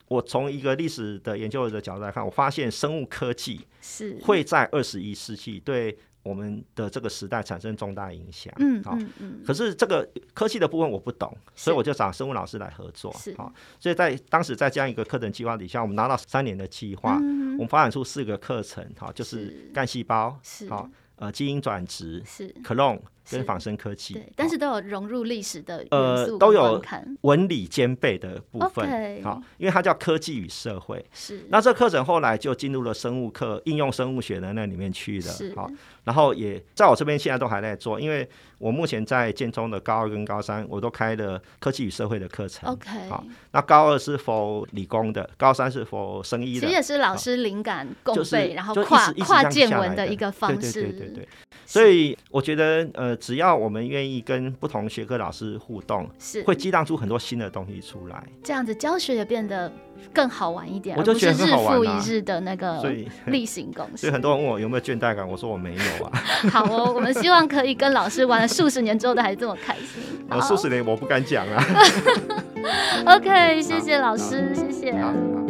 Speaker 1: 我从一个历史的研究的角度来看，我发现生物科技
Speaker 3: 是
Speaker 1: 会在二十一世纪对我们的这个时代产生重大影响。
Speaker 3: 嗯
Speaker 1: 好、
Speaker 3: 嗯嗯，
Speaker 1: 可是这个科技的部分我不懂，所以我就找生物老师来合作
Speaker 3: 是。
Speaker 1: 好、所以在当时在这样一个课程计划底下，我们拿到三年的计划，
Speaker 3: 嗯
Speaker 1: 我们发展出四个课程，哈、就是
Speaker 3: 是
Speaker 1: 干细胞，
Speaker 3: 是
Speaker 1: 好、呃，基因转植
Speaker 3: 是
Speaker 1: ，clone 跟
Speaker 3: 是
Speaker 1: 仿生科技。
Speaker 3: 对，但是都有融入历史的元
Speaker 1: 呃
Speaker 3: 素，
Speaker 1: 都
Speaker 3: 跟
Speaker 1: 有
Speaker 3: 观看
Speaker 1: 文理兼备的部分
Speaker 3: OK
Speaker 1: 好，因为它叫科技与社会。
Speaker 3: 是
Speaker 1: 那这课程后来就进入了生物课、应用生物学的那里面去了
Speaker 3: 是，
Speaker 1: 好，嗯然后也在我这边现在都还在做，因为我目前在建中的高二跟高三，我都开了科技与社会的课程。
Speaker 3: OK，
Speaker 1: 好那高二是否理工的，高三是否生医
Speaker 3: 其
Speaker 1: 的
Speaker 3: 实，也是老
Speaker 1: 好
Speaker 3: 师灵感共
Speaker 1: 就
Speaker 3: 备，
Speaker 1: 是
Speaker 3: 然后
Speaker 1: 就一
Speaker 3: 跨
Speaker 1: 直一直
Speaker 3: 跨
Speaker 1: 这样
Speaker 3: 见
Speaker 1: 下
Speaker 3: 闻
Speaker 1: 来
Speaker 3: 的一个方
Speaker 1: 对
Speaker 3: 式，
Speaker 1: 对对对对。所以我觉得，呃，只要我们愿意跟不同学科老师互动，
Speaker 3: 是
Speaker 1: 会激荡出很多新的东西出来。
Speaker 3: 这样子教学也变得更好玩一点，
Speaker 1: 我
Speaker 3: 而
Speaker 1: 就
Speaker 3: 不
Speaker 1: 觉
Speaker 3: 是
Speaker 1: 得很
Speaker 3: 日
Speaker 1: 好玩
Speaker 3: 复
Speaker 1: 啊
Speaker 3: 一日的那个
Speaker 1: 所以
Speaker 3: 例行公
Speaker 1: [LAUGHS] 所
Speaker 3: 事
Speaker 1: 以。很多人问我有没有倦怠感，我说我没有
Speaker 3: [LAUGHS]
Speaker 1: 啊。
Speaker 3: 好哦，我们希望可以跟老师玩了数十年之后的还这么开心。
Speaker 1: [LAUGHS] 我
Speaker 3: 好
Speaker 1: 数十年我不敢讲啊。
Speaker 3: OK，谢谢老师，谢谢。
Speaker 1: 好好